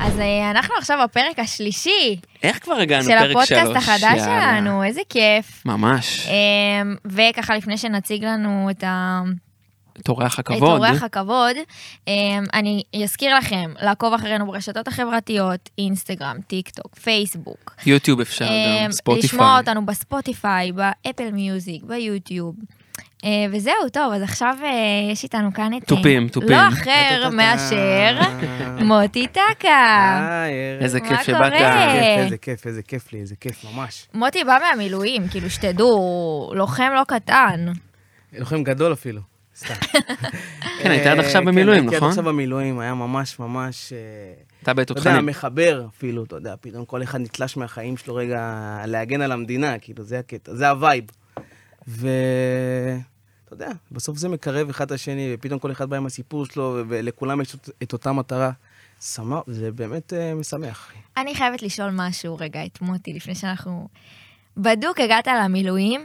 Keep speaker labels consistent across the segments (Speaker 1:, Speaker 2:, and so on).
Speaker 1: אז אה, אנחנו עכשיו בפרק השלישי
Speaker 2: איך כבר הגענו?
Speaker 1: של
Speaker 2: פרק
Speaker 1: הפודקאסט
Speaker 2: כן, שלוש.
Speaker 1: החדש
Speaker 2: יאללה.
Speaker 1: שלנו, איזה כיף.
Speaker 2: ממש.
Speaker 1: אמ, וככה, לפני שנציג לנו את ה-
Speaker 2: את אורח
Speaker 1: את
Speaker 2: הכבוד.
Speaker 1: אורח הכבוד, אמ, אני אזכיר לכם לעקוב אחרינו ברשתות החברתיות, אינסטגרם, טיק טוק, פייסבוק.
Speaker 2: יוטיוב אפשר
Speaker 1: אמ,
Speaker 2: גם, ספוטיפיי.
Speaker 1: לשמוע אותנו בספוטיפיי, באפל מיוזיק, ביוטיוב. אה, וזהו, טוב, אז עכשיו אה, יש איתנו כאן את... אה,
Speaker 2: תופים, תופים.
Speaker 1: לא אחר מאשר מוטי טקה.
Speaker 3: היי, ערב.
Speaker 2: איזה
Speaker 1: מה
Speaker 2: כיף
Speaker 1: קורה?
Speaker 2: שבאת.
Speaker 3: איזה
Speaker 1: אה.
Speaker 3: אה, כיף, איזה כיף, איזה כיף לי, איזה כיף ממש.
Speaker 1: מוטי בא מהמילואים, כאילו שתדעו, הוא לוחם לא קטן.
Speaker 3: לוחם גדול אפילו. סתם.
Speaker 2: כן, היית
Speaker 3: אה,
Speaker 2: עד עכשיו
Speaker 3: כן,
Speaker 2: במילואים,
Speaker 3: הייתי עד
Speaker 2: נכון?
Speaker 3: עכשיו במילואים, היה ממש ממש... אה,
Speaker 2: אתה
Speaker 3: אתה יודע,
Speaker 2: בתותחנים.
Speaker 3: מחבר אפילו, אתה יודע, פתאום כל אחד נתלש מהחיים שלו רגע להגן על המדינה, כאילו, זה הקטע, זה הווייב. ו... אתה יודע, בסוף זה מקרב אחד את השני, ופתאום כל אחד בא עם הסיפור שלו, ולכולם יש את- את אותה מטרה. שמח, זה באמת אה, משמח.
Speaker 1: אני חייבת לשאול משהו רגע את מוטי, לפני שאנחנו... בדוק הגעת למילואים,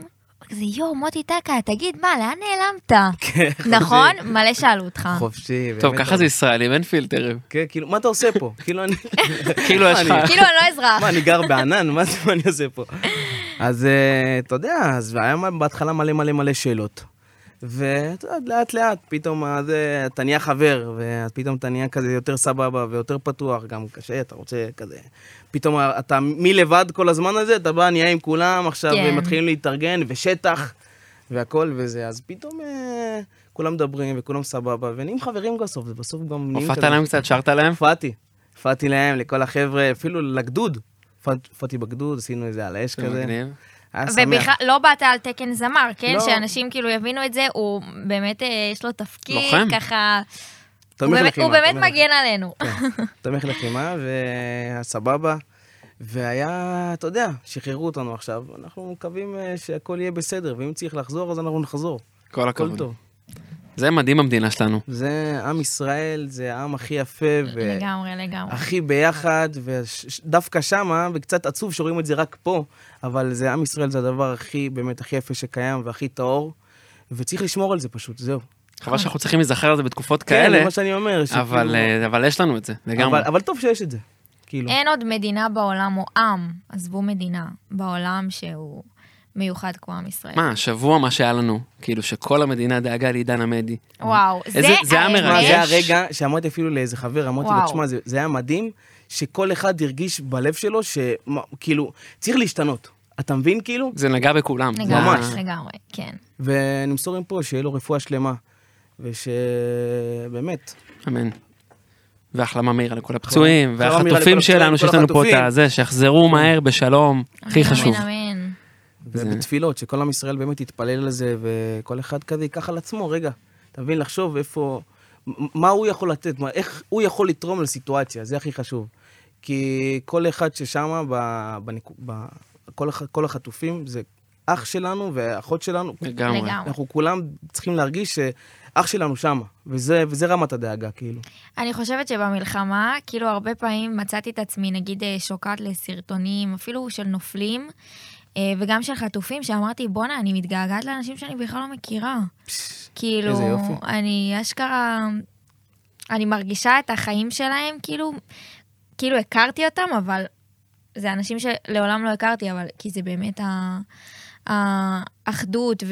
Speaker 1: כזה יואו, מוטי טקה, תגיד מה, לאן נעלמת? נכון? מלא שאלו אותך.
Speaker 3: כן, חופשי.
Speaker 2: טוב,
Speaker 3: באמת,
Speaker 2: ככה זה ישראלים, אין פילטרים.
Speaker 3: כן, כאילו, מה אתה עושה פה? כאילו, אני...
Speaker 2: כאילו, יש לך-
Speaker 1: כאילו, אני לא אזרח.
Speaker 3: מה, אני גר בענן? מה זה, מה אני עושה פה? אז אה, אתה יודע, אז היה מה- בהתחלה מלא מלא מלא שאלות. ואתה יודע, לאט לאט, פתאום אה, זה, אתה נהיה חבר, ואז פתאום אתה נהיה כזה יותר סבבה ויותר פתוח, גם קשה, אתה רוצה כזה... פתאום אה, אתה מלבד כל הזמן הזה, אתה בא, נהיה עם כולם, עכשיו
Speaker 1: כן.
Speaker 3: כן. מתחילים להתארגן, ושטח, והכל וזה, אז פתאום אה, כולם מדברים וכולם סבבה, ונהיים חברים בסוף, זה בסוף גם... נהיים
Speaker 2: הופעת
Speaker 3: כזה-
Speaker 2: להם קצת, שרת להם?
Speaker 3: הופעתי. הופעתי להם, לכל החבר'ה, אפילו לגדוד. הופעת- הופעתי בגדוד, עשינו איזה על האש
Speaker 2: זה
Speaker 3: כזה.
Speaker 2: מגניב.
Speaker 3: היה שמח.
Speaker 1: ובכלל, לא באת על תקן זמר, כן?
Speaker 3: לא.
Speaker 1: שאנשים כאילו יבינו את זה, הוא באמת, אה, יש לו תפקיד,
Speaker 2: לוחם.
Speaker 1: ככה... הוא
Speaker 3: תומך
Speaker 1: באמת-
Speaker 3: לחימה,
Speaker 1: הוא באמת
Speaker 3: תומך.
Speaker 1: מגן עלינו.
Speaker 3: כן, תומך לחימה, והיה סבבה. והיה, אתה יודע, שחררו אותנו עכשיו, אנחנו מקווים אה, שהכל יהיה בסדר, ואם צריך לחזור, אז אנחנו נחזור.
Speaker 2: כל
Speaker 3: הכל
Speaker 2: הכבוד.
Speaker 3: טוב.
Speaker 2: זה מדהים המדינה שלנו.
Speaker 3: זה עם ישראל, זה העם הכי יפה, ו...
Speaker 1: לגמרי, לגמרי.
Speaker 3: הכי ביחד, ודווקא שמה, וקצת עצוב שרואים את זה רק פה, אבל זה, עם ישראל זה הדבר הכי, באמת, הכי יפה שקיים והכי טהור, וצריך לשמור על זה פשוט, זהו.
Speaker 2: חבל שאנחנו צריכים להיזכר על זה בתקופות
Speaker 3: אה. כן, זה
Speaker 2: כאלה,
Speaker 3: מה שאני אומר. שכאילו-
Speaker 2: אבל, אה, אבל יש לנו את זה, לגמרי.
Speaker 3: אבל, אבל טוב שיש את זה,
Speaker 2: לא.
Speaker 3: כאילו.
Speaker 1: אין עוד מדינה בעולם, או עם, עזבו מדינה, בעולם שהוא מיוחד כמו עם ישראל.
Speaker 2: מה, השבוע מה שהיה לנו, כאילו שכל המדינה דאגה לעידן עמדי.
Speaker 1: וואו, זה
Speaker 2: איזה- זה היה
Speaker 1: האמת.
Speaker 3: מה, זה היה
Speaker 2: יש.
Speaker 3: רגע שאמרתי אפילו לאיזה חבר, אמרתי
Speaker 1: וואו.
Speaker 3: לו, תשמע, זה, זה היה מדהים שכל אחד הרגיש בלב שלו שכאילו, צריך להשתנות. אתה מבין, כאילו?
Speaker 2: זה נגע בכולם. זה
Speaker 1: לגמרי,
Speaker 2: היה-
Speaker 1: לגמרי, כן.
Speaker 3: ונמסור מפה שיהיה לו רפואה שלמה, ושבאמת,
Speaker 2: אמן. והחלמה מהירה לכל הפצועים,
Speaker 3: החלמה מהירה
Speaker 2: והחטופים
Speaker 3: לכל
Speaker 2: שלנו,
Speaker 3: הפצועים,
Speaker 2: שיש
Speaker 3: כל
Speaker 2: לנו פה את
Speaker 3: החטופים. כן.
Speaker 2: הזה, שיחזרו מהר בשלום, הכי
Speaker 1: אמן,
Speaker 2: חשוב.
Speaker 1: אמן, אמן.
Speaker 3: ובתפילות, שכל עם ישראל באמת יתפלל על זה, וכל אחד כזה ייקח על עצמו, רגע, אתה מבין, לחשוב איפה, מ- מה הוא יכול לתת, מה, איך הוא יכול לתרום לסיטואציה, זה הכי חשוב. כי כל אחד ששם, ב, בנק- ב, כל, הח- כל החטופים, זה אח שלנו ואחות שלנו.
Speaker 2: לגמרי.
Speaker 1: לגמרי.
Speaker 3: אנחנו כולם צריכים להרגיש שאח שלנו שם, וזה, וזה רמת הדאגה, כאילו.
Speaker 1: אני חושבת שבמלחמה, כאילו הרבה פעמים מצאתי את עצמי, נגיד, אה, שוקעת לסרטונים, אפילו של נופלים, אה, וגם של חטופים, שאמרתי, בואנה, אני מתגעגעת לאנשים שאני בכלל לא מכירה. כאילו,
Speaker 3: איזה יופי.
Speaker 1: אני אשכרה, אני מרגישה את החיים שלהם, כאילו, כאילו הכרתי אותם, אבל זה אנשים שלעולם לא הכרתי, אבל כי זה באמת ה... האחדות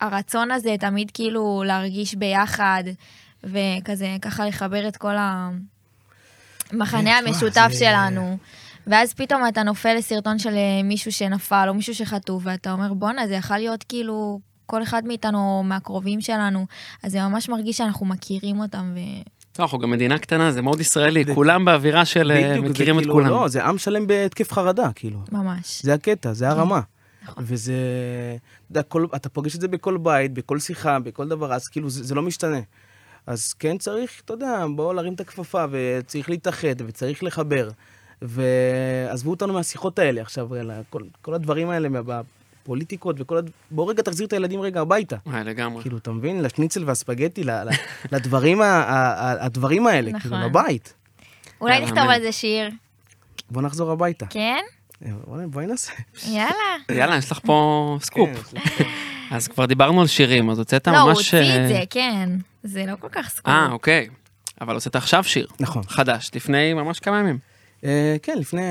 Speaker 1: והרצון הזה תמיד כאילו להרגיש ביחד וכזה ככה לחבר את כל המחנה
Speaker 3: תשמע,
Speaker 1: המשותף
Speaker 3: זה-
Speaker 1: שלנו. ואז פתאום אתה נופל לסרטון של אה, מישהו שנפל או מישהו שחטוף ואתה אומר בואנה זה יכול להיות כאילו כל אחד מאיתנו או מהקרובים שלנו אז זה ממש מרגיש שאנחנו מכירים אותם ו...
Speaker 2: טוב, אנחנו גם מדינה קטנה, זה מאוד ישראלי,
Speaker 3: בדיוק.
Speaker 2: כולם באווירה של אה,
Speaker 3: בדיוק, זה
Speaker 2: מכירים את
Speaker 3: כאילו-
Speaker 2: כולם.
Speaker 3: לא, זה עם שלם בהתקף חרדה, כאילו.
Speaker 1: ממש.
Speaker 3: זה הקטע, זה הרמה.
Speaker 1: נכון.
Speaker 3: וזה, אתה יודע, כל- אתה פוגש את זה בכל בית, בכל שיחה, בכל דבר, אז כאילו זה זה לא משתנה. אז כן צריך, אתה יודע, בואו להרים את הכפפה, וצריך להתאחד, וצריך לחבר. ועזבו אותנו מהשיחות האלה עכשיו, אלא כל, כל הדברים האלה, מה- מהפוליטיקות וכל הד... בואו רגע תחזיר את הילדים רגע הביתה.
Speaker 2: וואי, לגמרי.
Speaker 3: כאילו, אתה מבין? לשניצל והספגטי, ל- ל- לדברים, ה- ה- ה- הדברים האלה, כאילו,
Speaker 1: נכון.
Speaker 3: לבית.
Speaker 1: אולי
Speaker 3: כן,
Speaker 2: יאללה,
Speaker 1: נכתוב
Speaker 2: אמן.
Speaker 1: על זה שיר,
Speaker 3: בואו נחזור הביתה.
Speaker 1: כן?
Speaker 3: בואי- בואי נעשה.
Speaker 1: יאללה.
Speaker 2: יאללה, יש לך פה סקופ.
Speaker 3: כן,
Speaker 2: אז כבר דיברנו על שירים, אז הוצאת ממש...
Speaker 1: לא, הוא הוציא
Speaker 2: אה,
Speaker 1: את זה, כן. זה לא כל כך סקופ.
Speaker 2: אה, אוקיי. אבל הוצאת עכשיו שיר.
Speaker 3: נכון.
Speaker 2: חדש, לפני ממש כמה ימים.
Speaker 3: אה, כן, לפני...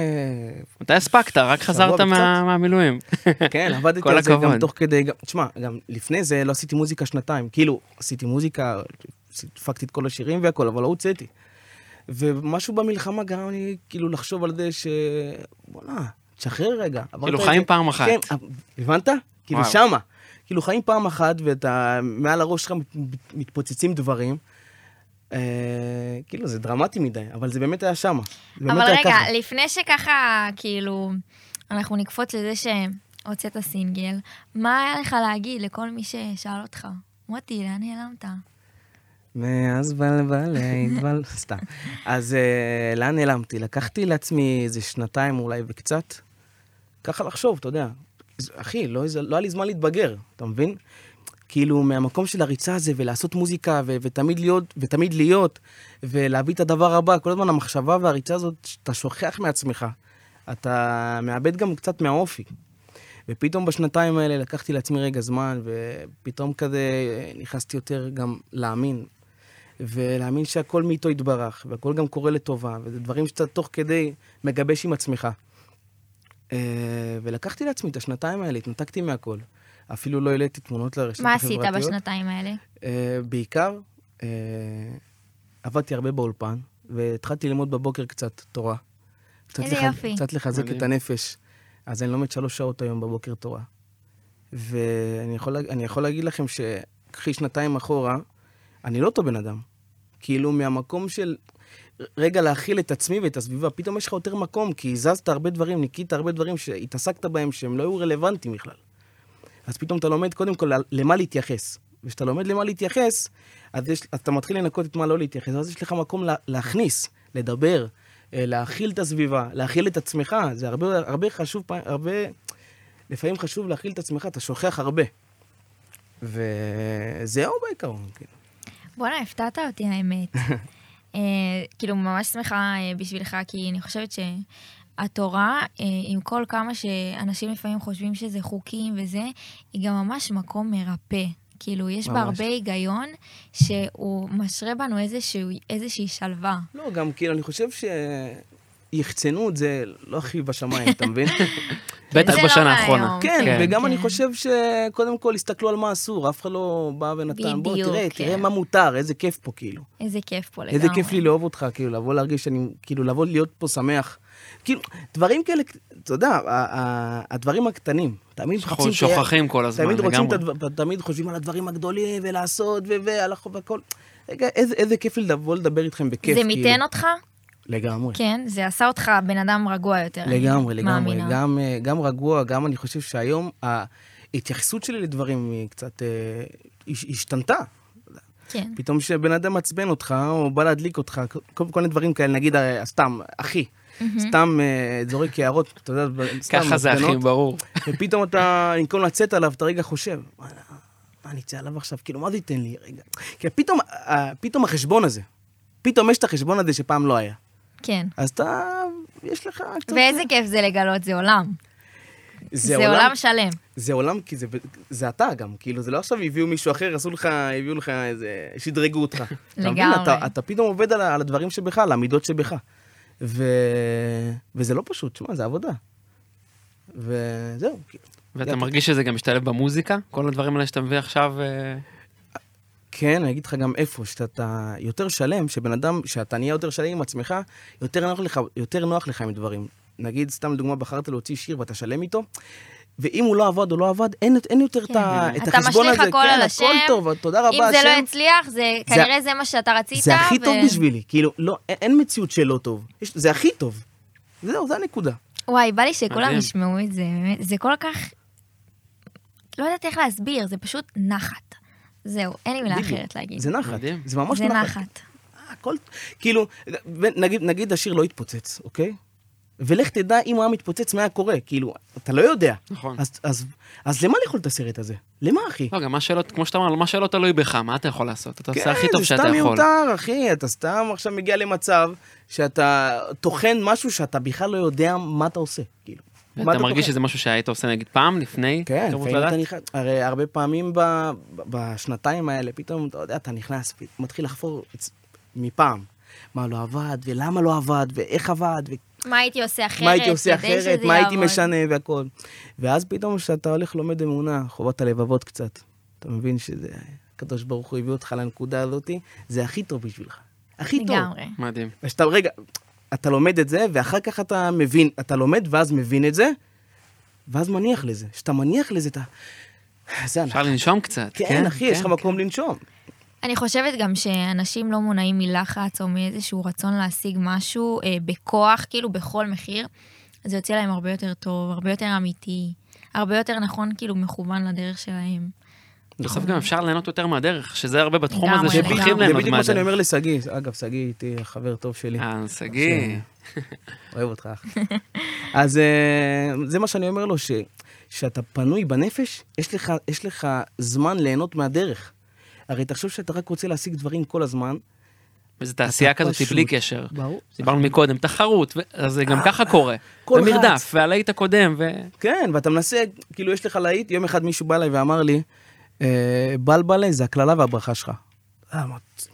Speaker 2: מתי הספקת? רק
Speaker 3: שבוע
Speaker 2: חזרת
Speaker 3: וקצת.
Speaker 2: מה- מהמילואים.
Speaker 3: כן, עבדתי
Speaker 2: כל
Speaker 3: על זה גם
Speaker 2: הכבוד.
Speaker 3: תוך כדי... גם- תשמע, גם לפני זה לא עשיתי מוזיקה שנתיים. כאילו, עשיתי מוזיקה, הפקתי את כל השירים והכל, אבל לא הוצאתי. ומשהו במלחמה גרם לי כאילו לחשוב על זה ש... בוא'נה, תשחרר רגע. עברת
Speaker 2: כאילו,
Speaker 3: את
Speaker 2: חיים
Speaker 3: זה.
Speaker 2: פעם אחת.
Speaker 3: כן, הבנת? כאילו,
Speaker 2: וואו.
Speaker 3: שמה. כאילו, חיים פעם אחת, ואתה, מעל הראש שלך מת- מתפוצצים דברים. אה, כאילו, זה דרמטי מדי, אבל זה באמת היה שמה. זה באמת
Speaker 1: אבל
Speaker 3: היה
Speaker 1: רגע,
Speaker 3: ככה.
Speaker 1: לפני שככה, כאילו, אנחנו נקפוץ לזה שהוצאת סינגל, מה היה לך להגיד לכל מי ששאל אותך? מוטי, לאן נעלמת?
Speaker 3: מאז בלבל, התבל... סתם. אז אה, לאן נעלמתי? לקחתי לעצמי איזה שנתיים אולי וקצת, ככה לחשוב, אתה יודע. זה- אחי, לא, איזה- לא היה לי זמן להתבגר, אתה מבין? כאילו, מהמקום של הריצה הזה, ולעשות מוזיקה, ו- ותמיד להיות, ותמיד להיות, ולהביא את הדבר הבא, כל הזמן המחשבה והריצה הזאת, שאתה שוכח מעצמך. אתה מאבד גם קצת מהאופי. ופתאום בשנתיים האלה לקחתי לעצמי רגע זמן, ופתאום כזה נכנסתי יותר גם להאמין. ולהאמין שהכל מאיתו יתברך, והכל גם קורה לטובה, וזה דברים שאתה תוך כדי מגבש עם עצמך. אה, ולקחתי לעצמי את השנתיים האלה, התנתקתי מהכל. אפילו לא העליתי תמונות לרשתות
Speaker 1: מה
Speaker 3: החברתיות.
Speaker 1: עשית בשנתיים האלה?
Speaker 3: אה, בעיקר, אה, עבדתי הרבה באולפן, והתחלתי ללמוד בבוקר קצת תורה. קצת
Speaker 1: איזה יופי.
Speaker 3: קצת לחזק
Speaker 2: מדהים.
Speaker 3: את הנפש. אז אני לומד שלוש שעות היום בבוקר תורה. ואני יכול, לה- אני יכול להגיד לכם שקחי שנתיים אחורה, אני לא אותו בן אדם. כאילו, מהמקום של רגע להכיל את עצמי ואת הסביבה, פתאום יש לך יותר מקום, כי הזזת הרבה דברים, ניקית הרבה דברים שהתעסקת בהם, שהם לא היו רלוונטיים בכלל. אז פתאום אתה לומד קודם כל למה להתייחס. וכשאתה לומד למה להתייחס, אז, יש, אז אתה מתחיל לנקות את מה לא להתייחס, אז יש לך מקום לה, להכניס, לדבר, אה, להכיל את הסביבה, להכיל את עצמך, זה הרבה, הרבה חשוב, פע- הרבה, לפעמים חשוב להכיל את עצמך, אתה שוכח הרבה. וזהו בעיקרון, כאילו.
Speaker 1: בואנה, הפתעת אותי האמת. אה, כאילו, ממש שמחה אה, בשבילך, כי אני חושבת שהתורה, אה, עם כל כמה שאנשים לפעמים חושבים שזה חוקים וזה, היא גם ממש מקום מרפא. כאילו, יש בה
Speaker 3: ממש.
Speaker 1: הרבה היגיון שהוא משרה בנו איזשהו, איזושהי שלווה.
Speaker 3: לא, גם כאילו, אני חושב שיחצנות זה לא הכי בשמיים, אתה מבין?
Speaker 2: בטח
Speaker 1: זה לא
Speaker 2: בשנה
Speaker 1: מהיום.
Speaker 2: האחרונה.
Speaker 3: כן,
Speaker 2: כן.
Speaker 3: וגם אני
Speaker 1: כן.
Speaker 3: חושב שקודם כל, הסתכלו על מה אסור, אף אחד לא בא ונתן, בוא,
Speaker 1: בדיוק,
Speaker 3: תראה, תראה
Speaker 1: כן.
Speaker 3: מה מותר, איזה כיף פה, כאילו.
Speaker 1: איזה כיף פה לגמרי.
Speaker 3: איזה כיף לי לאהוב אותך, כאילו, לבוא להרגיש שאני, כאילו, לבוא להיות פה שמח. כאילו, דברים כאלה, אתה יודע, ה- ה- הדברים הקטנים, תמיד
Speaker 2: אנחנו
Speaker 3: רוצים...
Speaker 2: שוכחים כל הזמן,
Speaker 3: תמיד רוצים, את
Speaker 2: לגמרי.
Speaker 3: הדבר- תמיד חושבים על הדברים הגדולים, ולעשות, ו- והלכו והכל. רגע, איזה איזה כיף לי לבוא לדבר איתכם בכיף,
Speaker 1: זה
Speaker 3: כאילו.
Speaker 1: מיתן אותך?
Speaker 3: לגמרי.
Speaker 1: כן, זה עשה אותך בן אדם רגוע יותר. אני
Speaker 3: לגמרי, לגמרי.
Speaker 1: מאמינה.
Speaker 3: גם, אה, גם רגוע, גם אני חושב שהיום ההתייחסות שלי לדברים היא קצת אה, הש- השתנתה.
Speaker 1: כן.
Speaker 3: פתאום כשבן אדם מעצבן אותך, או בא להדליק אותך, כל, כל מיני דברים כאלה, נגיד, אה, סתם, אחי, סתם אה, זורק הערות, אתה יודע, ב- כן, סתם
Speaker 2: ככה זה, אחי,
Speaker 3: הפגנות,
Speaker 2: ברור.
Speaker 3: ופתאום אתה, במקום לצאת עליו, אתה רגע חושב, "וואלה, מה אני אצא עליו עכשיו? כאילו, מה זה ייתן לי? רגע. כי פתאום, אה, פתאום החשבון הזה, פתאום יש את החשבון הזה שפעם לא היה.
Speaker 1: כן.
Speaker 3: אז אתה, יש לך קצת...
Speaker 1: ואיזה כיף זה לגלות, זה עולם. זה עולם שלם.
Speaker 3: זה עולם, כי זה, זה אתה גם, כאילו, זה לא עכשיו הביאו מישהו אחר, עשו לך, הביאו לך איזה, שדרגו אותך. אתה מבין?
Speaker 1: לגמרי.
Speaker 3: אתה, אתה פתאום עובד על, ה- על הדברים שבך, על המידות שבך. ו... וזה לא פשוט, שמע, זה עבודה. וזהו, כאילו.
Speaker 2: ואתה מרגיש שזה גם משתלב במוזיקה? כל הדברים האלה שאתה מביא עכשיו... אה,
Speaker 3: כן, אני אגיד לך גם איפה, שאתה יותר שלם, שבן אדם, שאתה נהיה יותר שלם עם עצמך, יותר נוח לך, יותר נוח לך עם דברים. נגיד, סתם לדוגמה, בחרת להוציא שיר ואתה שלם איתו, ואם הוא לא עבד או לא עבד, אין, אין יותר את, ה,
Speaker 1: כן.
Speaker 3: את
Speaker 1: אתה
Speaker 3: החשבון הזה.
Speaker 1: משליך הכל
Speaker 3: כן,
Speaker 1: על
Speaker 3: הכל
Speaker 1: השם.
Speaker 3: טוב, תודה רבה,
Speaker 1: אם
Speaker 3: השם.
Speaker 1: זה לא הצליח, זה
Speaker 3: זה-
Speaker 1: כנראה זה מה שאתה רצית.
Speaker 3: זה הכי
Speaker 1: ו-
Speaker 3: טוב בשבילי, כאילו, לא, אין- אין מציאות שלא טוב. יש, זה הכי טוב. זהו, זה הנקודה.
Speaker 1: וואי, בא לי שכולם
Speaker 2: מדהים.
Speaker 1: ישמעו את זה, באמת. זה כל כך... לא יודעת איך להסביר, זה פשוט נחת. זהו, אין לי מילה
Speaker 3: בדיוק.
Speaker 1: אחרת להגיד.
Speaker 3: זה נחת.
Speaker 2: מדהים.
Speaker 3: זה ממש
Speaker 1: זה
Speaker 3: נחת.
Speaker 1: נחת.
Speaker 3: הכל, כאילו, ו- נגיד, נגיד השיר לא התפוצץ, אוקיי? ולך תדע אם הוא היה מתפוצץ, מה היה קורה, כאילו, אתה לא יודע.
Speaker 2: נכון.
Speaker 3: אז, אז, אז למה לאכול את הסרט הזה? למה, אחי?
Speaker 2: לא, גם מה שלא, כמו שאתה אמר, מה שלא תלוי בך, מה אתה יכול לעשות? אתה עושה הכי טוב שאתה
Speaker 3: כן, זה סתם
Speaker 2: יכול.
Speaker 3: מיותר, אחי, אתה סתם עכשיו מגיע למצב שאתה טוחן משהו שאתה בכלל לא יודע מה אתה עושה, כאילו. מה
Speaker 2: ואתה מרגיש
Speaker 3: טוחן?
Speaker 2: שזה משהו שהיית עושה נגיד פעם, לפני?
Speaker 3: כן,
Speaker 2: התקרבות
Speaker 3: לפעמים
Speaker 2: לדעת?
Speaker 3: אתה נכנס, הרי הרבה פעמים ב, ב- בשנתיים האלה, פתאום, אתה יודע, אתה נכנס, פ- מתחיל לחפור, אצ- מפעם. מה לא עבד, ולמה לא עבד, ואיך עבד, ו...
Speaker 1: מה הייתי עושה אחרת?
Speaker 3: מה הייתי עושה
Speaker 1: כדי שזה
Speaker 3: אחרת, מה הייתי
Speaker 1: יעבוד?
Speaker 3: משנה והכל. ואז פתאום כשאתה הולך לומד אמונה, חובת הלבבות קצת. אתה מבין שזה, הקדוש ברוך הוא הביא אותך לנקודה הזאתי, זה הכי טוב בשבילך. הכי טוב.
Speaker 1: לגמרי.
Speaker 2: מדהים.
Speaker 3: ושאתה, רגע, אתה לומד את זה, ואחר כך אתה מבין, אתה לומד ואז מבין את זה, ואז מניח לזה. כשאתה מניח לזה, אתה...
Speaker 2: אפשר
Speaker 3: זה אנחנו.
Speaker 2: לנשום קצת, כן?
Speaker 3: כן, אחי, יש לך
Speaker 2: כן.
Speaker 3: מקום לנשום.
Speaker 1: אני חושבת גם שאנשים לא מונעים מלחץ או מאיזשהו רצון להשיג משהו אה, בכוח, כאילו בכל מחיר, אז זה יוצא להם הרבה יותר טוב, הרבה יותר אמיתי, הרבה יותר נכון, כאילו מכוון לדרך שלהם.
Speaker 2: בסוף גם אפשר ליהנות יותר מהדרך, שזה הרבה בתחום
Speaker 1: לגמרי,
Speaker 2: הזה
Speaker 1: לגמרי.
Speaker 2: שבורחים
Speaker 3: זה
Speaker 2: ליהנות
Speaker 3: בדיוק מה שאני
Speaker 2: מהדרך.
Speaker 3: אומר לשגיא. אגב, שגיא איתי חבר טוב שלי.
Speaker 2: אה, שגיא.
Speaker 3: אוהב אותך. אח. אז אה, זה מה שאני אומר לו, שכשאתה פנוי בנפש, יש לך, יש לך זמן ליהנות מהדרך. הרי תחשוב שאתה רק רוצה להשיג דברים כל הזמן.
Speaker 2: וזו תעשייה
Speaker 3: אתה
Speaker 2: כזאת
Speaker 3: פשוט-
Speaker 2: בלי קשר.
Speaker 3: ברור.
Speaker 2: דיברנו מקודם, תחרות, ו- אז זה גם ככה קורה.
Speaker 3: כל
Speaker 2: במרדף,
Speaker 3: רץ.
Speaker 2: והלהיט הקודם, ו...
Speaker 3: כן, ואתה מנסה, כאילו יש לך להיט, יום אחד מישהו בא אליי ואמר לי, אה, בלבלה זה הקללה והברכה שלך. אה, אמרתי, זה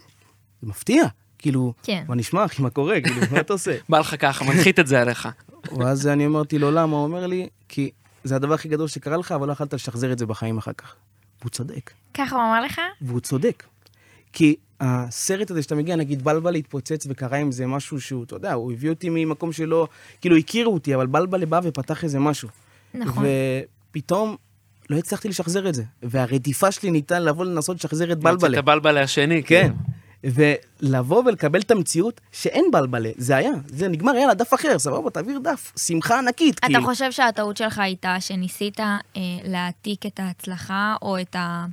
Speaker 3: מפתיע, כאילו,
Speaker 1: כן.
Speaker 3: מה נשמע, אחי, מה קורה, כאילו, מה אתה עושה?
Speaker 2: בא לך ככה, מנחית את זה עליך.
Speaker 3: ואז אני אמרתי לו, למה? הוא אומר לי, כי זה הדבר הכי גדול שקרה לך, אבל לא יכולת לשחזר את זה בחיים אחר כך. והוא צודק.
Speaker 1: ככה הוא אמר לך?
Speaker 3: והוא צודק. כי הסרט הזה שאתה מגיע, נגיד בלבל התפוצץ וקרה עם זה משהו שהוא, אתה יודע, הוא הביא אותי ממקום שלא, כאילו הכירו אותי, אבל בלבל בא ופתח איזה משהו.
Speaker 1: נכון.
Speaker 3: ופתאום לא הצלחתי לשחזר את זה. והרדיפה שלי ניתן לבוא לנסות לשחזר את
Speaker 2: מוציא
Speaker 3: בלבלה.
Speaker 2: את הבלבלה השני,
Speaker 3: כן.
Speaker 2: כאילו.
Speaker 3: ולבוא ולקבל את המציאות שאין בלבלה, זה היה, זה נגמר, יאללה, דף אחר, סבבה, תעביר דף, שמחה ענקית,
Speaker 1: אתה
Speaker 3: כאילו.
Speaker 1: חושב שהטעות שלך הייתה שניסית אה, להעתיק את ההצלחה או את, ה,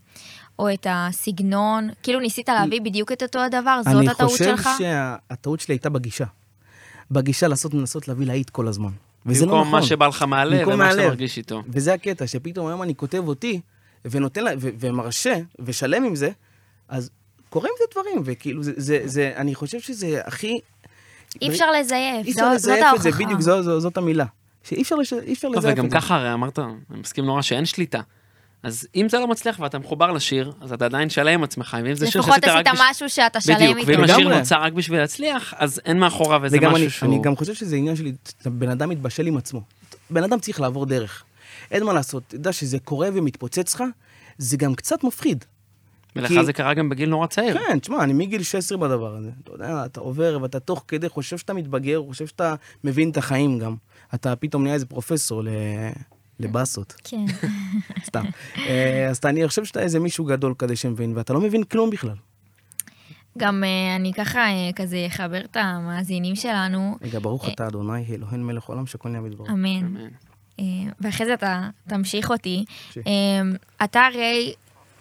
Speaker 1: או את הסגנון, כאילו ניסית להביא בדיוק את אותו הדבר, זאת הטעות
Speaker 3: אני
Speaker 1: שלך?
Speaker 3: חושב שהטעות שלי הייתה בגישה. בגישה לעשות, לנסות להביא להיט כל הזמן. וזה לא נכון.
Speaker 2: במקום מה שבא לך מהלב,
Speaker 3: במקום
Speaker 2: ומה שאתה
Speaker 3: מהלב.
Speaker 2: מרגיש איתו.
Speaker 3: וזה הקטע, שפתאום היום אני כותב אותי, ונותן לה, ו- ומרשה, ושלם עם זה, אז קורים את הדברים, וכאילו, זה, זה, זה, אני חושב שזה הכי...
Speaker 1: אי אפשר לזייף,
Speaker 3: אי
Speaker 1: זו-
Speaker 3: אפשר
Speaker 1: זאת
Speaker 3: לזייף את זה,
Speaker 1: ההוכחה.
Speaker 3: בדיוק, זו, זו, זאת המילה. שאי אפשר, לש... אי אפשר
Speaker 2: טוב,
Speaker 3: לזייף
Speaker 2: וגם
Speaker 3: את זה.
Speaker 2: ככה הרי אמרת, אני מסכים נורא שאין שליטה. אז אם זה לא מצליח ואתה מחובר לשיר, אז אתה עדיין שלם עם עצמך, ואם זה שיר
Speaker 1: לפחות
Speaker 2: שעשית רק
Speaker 1: עשית
Speaker 2: בשביל...
Speaker 1: משהו שאתה שלם איתו.
Speaker 2: בדיוק, ואם
Speaker 3: לגמרי.
Speaker 2: השיר נוצר רק בשביל להצליח, אז אין מאחוריו איזה
Speaker 3: וגם
Speaker 2: משהו
Speaker 3: אני,
Speaker 2: שהוא...
Speaker 3: אני גם חושב שזה עניין של... בן אדם מתבשל עם עצמו. בן אדם צריך לעבור דרך. אין מה לעשות, תדע שזה קורה ומתפוצץ לך, זה גם קצת מפחיד.
Speaker 2: ולך
Speaker 3: כי-
Speaker 2: זה קרה גם בגיל נורא צעיר.
Speaker 3: כן, תשמע, אני מגיל 16 בדבר הזה. אתה יודע, אתה עובר ואתה תוך כדי חושב שאתה מתבגר, חושב שאתה מבין את החיים גם. אתה פתאום נהיה איזה פרופסור ל... לבאסות,
Speaker 1: כן.
Speaker 3: סתם. אה, אז אתה- אני חושב שאתה איזה מישהו גדול כזה שמבין, ואתה לא מבין כלום בכלל.
Speaker 1: גם אה, אני ככה אה, כזה אחבר את המאזינים שלנו,
Speaker 3: רגע, ברוך
Speaker 2: אה.
Speaker 3: אתה אדוני, אלוהינו מלך עולם, שכל נהיה בדברו.
Speaker 1: אמן.
Speaker 2: אמן.
Speaker 1: אה, ואחרי זה אתה תמשיך אותי.
Speaker 3: שי.
Speaker 1: אה, אתה הרי